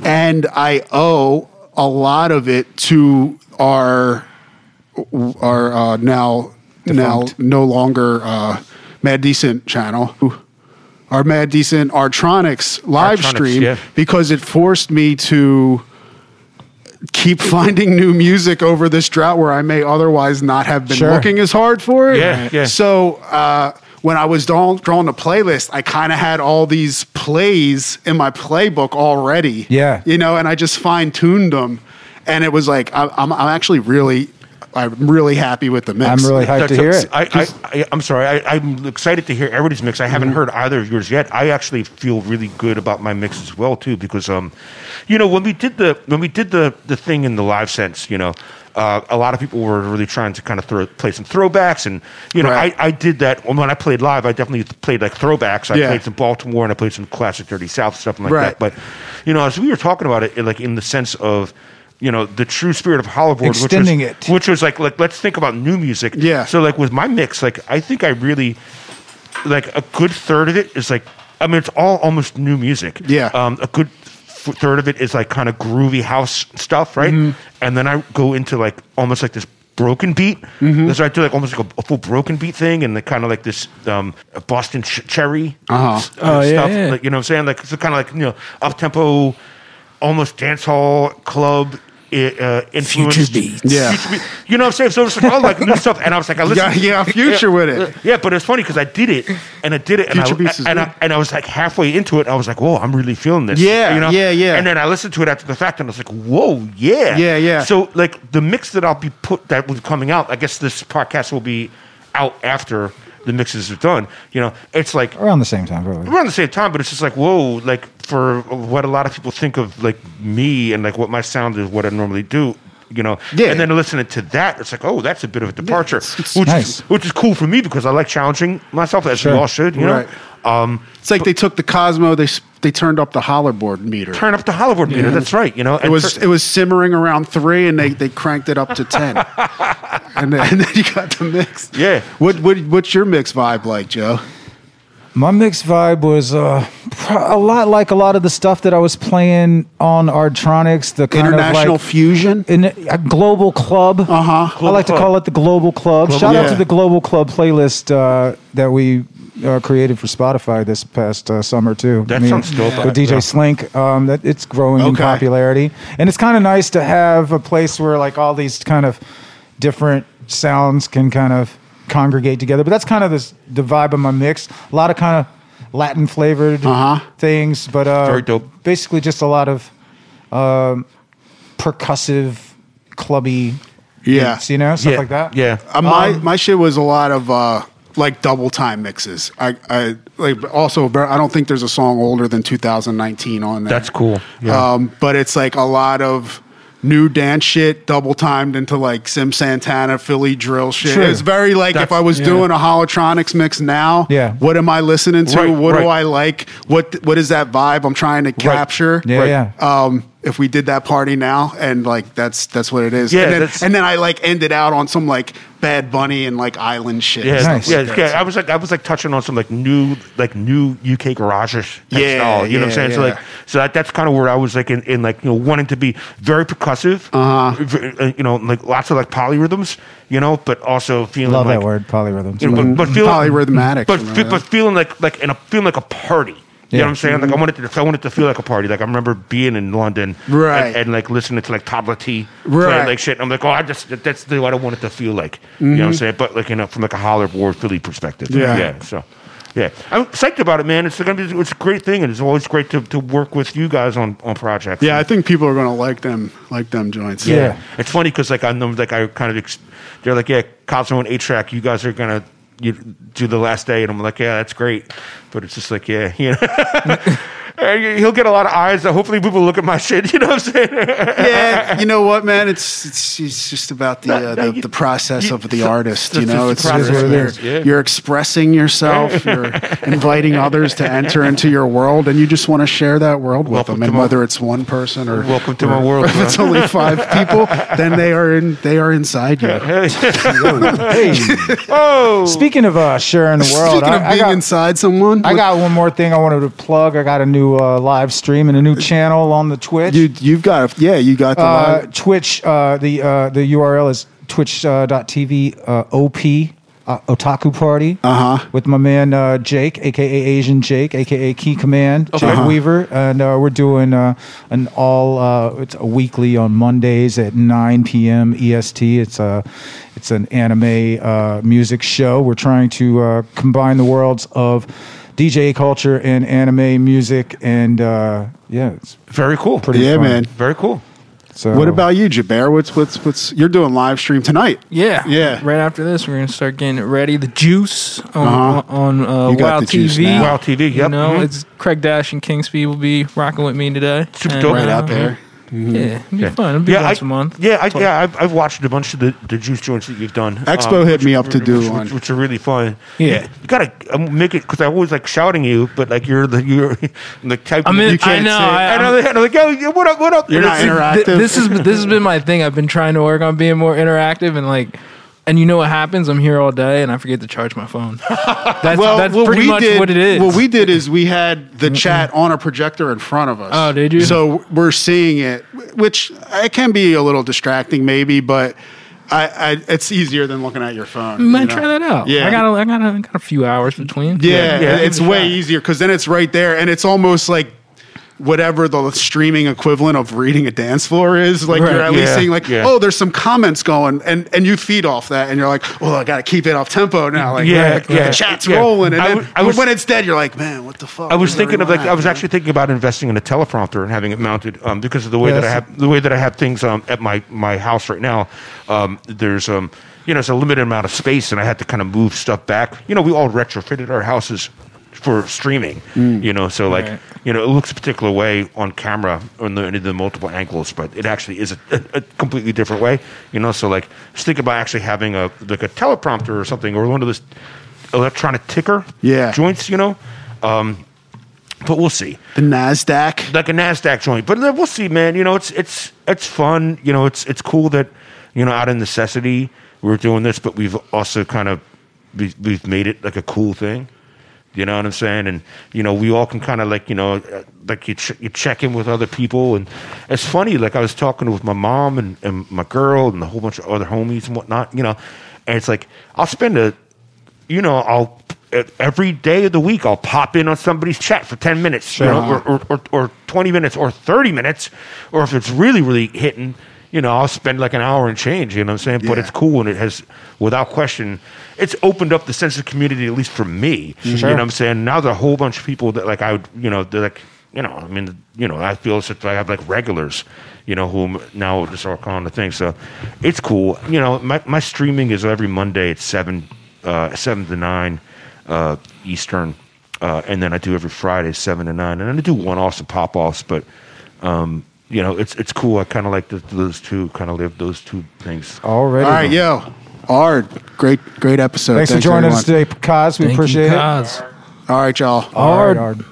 Speaker 3: and I owe a lot of it to our our uh, now
Speaker 4: Defunct.
Speaker 3: now no longer uh, Mad Decent channel. Our Mad Decent Artronics live
Speaker 5: Artronics,
Speaker 3: stream
Speaker 5: yeah.
Speaker 3: because it forced me to keep *laughs* finding new music over this drought where I may otherwise not have been
Speaker 4: Sure.
Speaker 3: looking as hard for it.
Speaker 5: Yeah, yeah.
Speaker 3: So uh, when I was draw- drawing the playlist, I kind of had all these plays in my playbook already.
Speaker 4: Yeah.
Speaker 3: You know, and I just fine tuned them. And it was like, I, I'm, I'm actually really, I'm really happy with the mix.
Speaker 4: I'm
Speaker 3: *laughs*
Speaker 4: really hyped to
Speaker 5: That's-
Speaker 4: hear it.
Speaker 5: I, I, I, I'm sorry. I, I'm excited to hear everybody's mix. I
Speaker 4: Mm-hmm.
Speaker 5: haven't heard either of yours yet. I actually feel really good about my mix as well too, because um, you know, when we did the when we did the the thing in the live sense, you know, uh, a lot of people were really trying to kind of throw play some throwbacks, and you know,
Speaker 3: Right.
Speaker 5: I, I did that when I played live. I definitely played like throwbacks. I
Speaker 3: Yeah.
Speaker 5: played some Baltimore and I played some classic Dirty South stuff and like
Speaker 3: Right.
Speaker 5: that. But you know, as we were talking about it, it, like in the sense of. You know the true spirit of Hollowboard,
Speaker 4: Extending
Speaker 5: which was,
Speaker 4: it.
Speaker 5: which was like, like let's think about new music.
Speaker 3: Yeah.
Speaker 5: So like with my mix, like I think I really like a good third of it is like I mean it's all almost new music.
Speaker 3: Yeah.
Speaker 5: Um, a good f- third of it is like kind of groovy house stuff, right?
Speaker 3: Mm-hmm.
Speaker 5: And then I go into like almost like this broken beat.
Speaker 3: Mm-hmm.
Speaker 5: So I do like almost like a, a full broken beat thing, and like kind of like this um, Boston ch- cherry
Speaker 3: Uh-huh.
Speaker 5: s-
Speaker 8: Oh, yeah,
Speaker 5: stuff.
Speaker 8: yeah.
Speaker 5: Like, you know what I'm saying? Like it's kind of like you know up tempo, almost dance hall club. i- Uh, influenced-
Speaker 8: beats.
Speaker 3: Yeah.
Speaker 5: Future beats. you know what I'm saying. So it's like all like new stuff, and I was like, I listen,
Speaker 3: Yeah, yeah, future with it.
Speaker 5: yeah, but it's funny because I did it and I did it and, I,
Speaker 3: Future Beats is
Speaker 5: and,
Speaker 3: good.
Speaker 5: I, and I was like halfway into it. And I was like, whoa, I'm really feeling this.
Speaker 3: Yeah, yeah, yeah.
Speaker 5: And then I listened to it after the fact and I was like, whoa, yeah.
Speaker 3: Yeah, yeah.
Speaker 5: So, like, the mix that I'll be put that will be coming out, I guess this podcast will be out after the mixes are done. You know, it's like
Speaker 4: Around the same time, probably.
Speaker 5: around the same time, but it's just like, whoa, like for what a lot of people think of like me and like what my sound is, what I normally do, you know.
Speaker 3: Yeah.
Speaker 5: And then listening to that, it's like, oh, that's a bit of a departure, which
Speaker 4: nice.
Speaker 5: is which is cool for me because I like challenging myself as
Speaker 4: Sure.
Speaker 5: we all should, you
Speaker 3: Right.
Speaker 5: know. Um,
Speaker 3: It's like they took the Cosmo, they, s- they turned up the Hollerboard meter.
Speaker 5: turn up the Hollywood meter. That's right, you know.
Speaker 3: it
Speaker 5: and
Speaker 3: was
Speaker 5: tur-
Speaker 3: it was simmering around three, and they, they cranked it up to
Speaker 5: *laughs*
Speaker 3: ten, and, then, *laughs* and then you got the mix.
Speaker 5: Yeah.
Speaker 3: What what what's your mix vibe like, Joe?
Speaker 4: My mix vibe was uh, pro- a lot like a lot of the stuff that I was playing on Artronics. The kind
Speaker 3: International
Speaker 4: of like,
Speaker 3: fusion.
Speaker 4: in a global club. Uh
Speaker 3: Uh-huh.
Speaker 4: I like to
Speaker 5: Global
Speaker 4: call it the global club. Shout out to
Speaker 3: club.
Speaker 4: the global club playlist uh, that we uh, created for Spotify this past uh, summer too.
Speaker 5: That
Speaker 4: Me
Speaker 5: sounds
Speaker 4: and-
Speaker 5: dope.
Speaker 4: With DJ
Speaker 5: Yeah.
Speaker 4: Slink, um, that it's growing in
Speaker 3: Okay.
Speaker 4: popularity, and it's kind of nice to have a place where like all these kind of different sounds can kind of congregate together. But that's kind of this, the vibe of my mix. A lot of kind of Latin flavored
Speaker 3: Uh-huh.
Speaker 4: things, but uh,
Speaker 5: Very dope.
Speaker 4: Basically, just a lot of um, percussive, clubby
Speaker 3: Yeah.
Speaker 4: beats, you know, stuff
Speaker 5: yeah,
Speaker 4: like that.
Speaker 5: Yeah.
Speaker 3: Uh, my
Speaker 5: Um,
Speaker 3: my shit was a lot of uh, like double time mixes. I, I like also but I don't think there's a song older than 2019 on there.
Speaker 5: That's cool. Yeah.
Speaker 3: Um, but it's like a lot of new dance shit double timed into like Sim Santana Philly drill shit.
Speaker 4: True.
Speaker 3: It's very like if
Speaker 5: That's-
Speaker 3: I was doing a holotronics mix now,
Speaker 4: Yeah.
Speaker 3: what am I listening to?
Speaker 5: Right,
Speaker 3: what do
Speaker 5: right.
Speaker 3: I like? What what is that vibe I'm trying to capture?
Speaker 4: Yeah,
Speaker 5: Right.
Speaker 4: yeah.
Speaker 3: um, if we did that party now, and like that's that's what it is.
Speaker 5: Yeah,
Speaker 3: and then,
Speaker 5: that's-
Speaker 3: and then I like ended out on some like Bad Bunny and like Island shit.
Speaker 5: yeah,
Speaker 4: Nice.
Speaker 5: yeah, yeah. I was like, I was like touching on some like new, like new UK garages.
Speaker 3: Yeah,
Speaker 5: style, you know what
Speaker 3: yeah,
Speaker 5: I'm saying. So
Speaker 3: yeah.
Speaker 5: like, so that, that's kind of where I was like in, in like you know wanting to be very percussive,
Speaker 3: Uh-huh.
Speaker 5: v- uh, you know, like lots of like polyrhythms, you know, but also feeling
Speaker 4: Love
Speaker 5: like,
Speaker 4: that word, polyrhythms.
Speaker 5: You know, but, but feeling
Speaker 3: Polyrhythmatic,
Speaker 5: but,
Speaker 3: remember
Speaker 5: fe-
Speaker 3: that?
Speaker 5: but feeling like like in a feeling like a party. You
Speaker 4: Yeah.
Speaker 5: know what I'm saying?
Speaker 3: Mm-hmm.
Speaker 5: Like I wanted to, I wanted to feel like a party. Like I remember being in London,
Speaker 3: Right.
Speaker 5: and, and, like listening to like Tabla T,
Speaker 3: Right.
Speaker 5: Like shit. I'm like, oh, I just that's the what I wanted to feel like. You know what I'm saying? But like you know, from like a holler board Philly perspective.
Speaker 3: Mm-hmm. Yeah.
Speaker 5: So Yeah, I'm psyched about it, man. It's gonna be it's a great thing, and it's always great to, to work with you guys on, on projects.
Speaker 3: Yeah, I think people are gonna like them, like them joints.
Speaker 4: Yeah. Yeah.
Speaker 5: It's funny because like I know like I kind of ex- they're like yeah, Cosmo and A Track, you guys are gonna you do the last day, and I'm like yeah, that's great, but it's just like yeah, *laughs* you know. And He'll get a lot of eyes. So hopefully, people look at my shit. *laughs* You know what I'm saying?
Speaker 3: yeah. You know what, man? It's it's, it's just about the uh,
Speaker 5: no,
Speaker 3: the,
Speaker 5: you-
Speaker 3: the process
Speaker 5: you- *laughs*
Speaker 3: of the
Speaker 5: so-
Speaker 3: artist.
Speaker 5: so
Speaker 3: You
Speaker 5: it's
Speaker 3: know, it's
Speaker 5: just the
Speaker 3: it's-
Speaker 5: process,
Speaker 3: you're,
Speaker 5: yeah.
Speaker 3: you're expressing
Speaker 5: *laughs*
Speaker 3: yourself. You're inviting others to enter into your world, and you just want to share that world with
Speaker 5: Welcome
Speaker 3: them.
Speaker 5: to
Speaker 3: And
Speaker 5: my-
Speaker 3: whether it's one person or
Speaker 5: Welcome to
Speaker 3: or
Speaker 5: my world,
Speaker 3: *laughs* if it's
Speaker 5: bro.
Speaker 3: only
Speaker 5: *laughs*
Speaker 3: five people, then they are in they are inside you. *laughs*
Speaker 5: oh,
Speaker 4: Speaking of uh, sharing
Speaker 5: *laughs*
Speaker 4: the world,
Speaker 3: Speaking
Speaker 4: I,
Speaker 3: of
Speaker 4: I
Speaker 3: being
Speaker 4: got,
Speaker 3: inside someone,
Speaker 4: I
Speaker 3: what-
Speaker 4: got one more thing I wanted to plug. I got a new uh, live stream and a new channel on the Twitch.
Speaker 3: you. You've got a, yeah. You got the
Speaker 4: uh,
Speaker 3: live-
Speaker 4: Twitch. Uh, the uh, the URL is twitch.tv uh, TV, uh, op uh, otaku party
Speaker 3: Uh-huh.
Speaker 4: with my man uh, Jake, aka Asian Jake, aka Key Command, Jake
Speaker 3: Uh-huh.
Speaker 4: Weaver, and uh, we're doing uh, an all uh, it's a weekly on Mondays at 9 p.m. EST. E It's a it's an anime uh, music show. We're trying to uh, combine the worlds of DJ culture and anime music, and uh, yeah, it's
Speaker 5: *laughs* very cool. Pretty
Speaker 3: yeah,
Speaker 4: fun.
Speaker 3: man.
Speaker 5: very cool.
Speaker 4: so.
Speaker 3: What about you, Jaber? What's what's what's you're doing live stream tonight?
Speaker 8: Yeah,
Speaker 3: Yeah.
Speaker 8: Right after this, we're gonna start getting it ready. The juice on
Speaker 3: Uh-huh.
Speaker 8: on uh,
Speaker 3: You got
Speaker 8: Wild
Speaker 3: the juice
Speaker 8: TV.
Speaker 3: now.
Speaker 5: Wild TV,
Speaker 8: You
Speaker 5: yep,
Speaker 8: know,
Speaker 5: mhm.
Speaker 8: it's Craig Dash and Kingspeed will be rocking with me today.
Speaker 5: Super
Speaker 8: And,
Speaker 5: dope.
Speaker 3: Right
Speaker 8: uh,
Speaker 3: out there.
Speaker 8: Yeah, it'll be fun. It'll be
Speaker 5: Mm-hmm. Yeah,
Speaker 8: once
Speaker 5: I,
Speaker 8: a month.
Speaker 5: yeah, I, yeah. I've, I've watched a bunch of the, the juice joints that you've done. um,
Speaker 3: Expo hit
Speaker 5: which-
Speaker 3: me up to do
Speaker 5: which,
Speaker 3: one.
Speaker 5: which, which are really fun.
Speaker 8: Yeah.
Speaker 5: you gotta um, make it because I always like shouting you, but like you're the you're *laughs* the type.
Speaker 8: I'm in-
Speaker 5: you
Speaker 8: I know,
Speaker 5: say-
Speaker 8: I-
Speaker 5: I know. I'm like, yo, yo, what up? What up?
Speaker 3: You're
Speaker 5: And
Speaker 3: not
Speaker 5: it's-
Speaker 8: Th-
Speaker 3: interactive.
Speaker 8: this is this has been my thing. I've been trying to work on being more interactive and like. And you know what happens? I'm here all day, and I forget to charge my phone. *laughs* That's that's pretty much
Speaker 3: did,
Speaker 8: what it is.
Speaker 3: What we did is we had the chat on a projector in front of us.
Speaker 8: Oh, did you?
Speaker 3: So we're seeing it, which it can be a little distracting, maybe, but I, I it's easier than looking at your phone.
Speaker 8: might
Speaker 3: you know?
Speaker 8: try that out.
Speaker 3: Yeah.
Speaker 8: I got a, I got a, I got a few hours between.
Speaker 3: Yeah,
Speaker 5: Yeah,
Speaker 3: it's
Speaker 5: give it a
Speaker 3: way
Speaker 5: shot.
Speaker 3: easier because then it's right there, and it's almost like whatever the streaming equivalent of reading a dance floor is. Like you're
Speaker 8: Right.
Speaker 3: at least
Speaker 5: Yeah,
Speaker 3: seeing like,
Speaker 5: yeah.
Speaker 3: oh, there's some comments going, and and you feed off that, and you're like, well, I got to keep it off tempo now. Like,
Speaker 5: Yeah,
Speaker 3: like,
Speaker 5: yeah,
Speaker 3: the chat's
Speaker 5: yeah.
Speaker 3: rolling, and
Speaker 5: I
Speaker 3: then
Speaker 5: w- I was-
Speaker 3: when it's dead, you're like, man, what the fuck?
Speaker 5: I was
Speaker 3: Where's
Speaker 5: thinking of like
Speaker 3: everyone
Speaker 5: I was
Speaker 3: at?"
Speaker 5: actually thinking about investing in a teleprompter and having it mounted um, because of the way
Speaker 4: Yeah,
Speaker 5: that I
Speaker 4: that's-
Speaker 5: have the way that I have things um, at my my house right now. Um, there's um you know it's a limited amount of space and I had to kind of move stuff back. You know we all retrofitted our houses for streaming. You know so like
Speaker 8: Right.
Speaker 5: you know it looks a particular way on camera on the, in the multiple angles, but it actually is a, a, a completely different way. You know so like just think about actually having a like a teleprompter or something or one of those electronic ticker
Speaker 3: Yeah.
Speaker 5: joints. You know. Um, but we'll see.
Speaker 3: the Nasdaq.
Speaker 5: Like a Nasdaq joint, but then we'll see, man. You know, it's it's it's fun. You know, it's it's cool that you know out of necessity we're doing this, but we've also kind of we- we've made it like a cool thing. You know what I'm saying? And you know, we all can kind of like you know, uh, like you ch- you check in with other people, and it's funny. Like I was talking with my mom and, and my girl and a whole bunch of other homies and whatnot. You know, and it's like I'll spend a you know, I'll every day of the week I'll pop in on somebody's chat for ten minutes, you know, or, or, or or twenty minutes, or thirty minutes, or if it's really really hitting, you know, I'll spend like an hour and change. You know what I'm saying? But
Speaker 3: Yeah.
Speaker 5: it's cool, and it has, without question, it's opened up the sense of community, at least for me. You know what I'm saying? Now there's a whole bunch of people that like I would, you know, they're like. You know, I mean, you know, I feel as if I have like regulars, you know, whom now just are on the thing. So it's cool. You know, my, my streaming is every Monday at seven uh, seven to nine uh, Eastern, uh, and then I do every Friday seven to nine, and then I do one offs and pop offs. But um, you know, it's it's cool. I kind of like the, those two, kind of live those two things.
Speaker 4: already?
Speaker 3: All right, yo, Ard, great great episode.
Speaker 4: Thanks, for joining us
Speaker 3: everyone.
Speaker 4: today, Cos. We
Speaker 8: Thank you,
Speaker 4: appreciate it.
Speaker 8: Cos.
Speaker 3: All right, y'all.
Speaker 4: All right,
Speaker 8: Hard.
Speaker 4: Ard.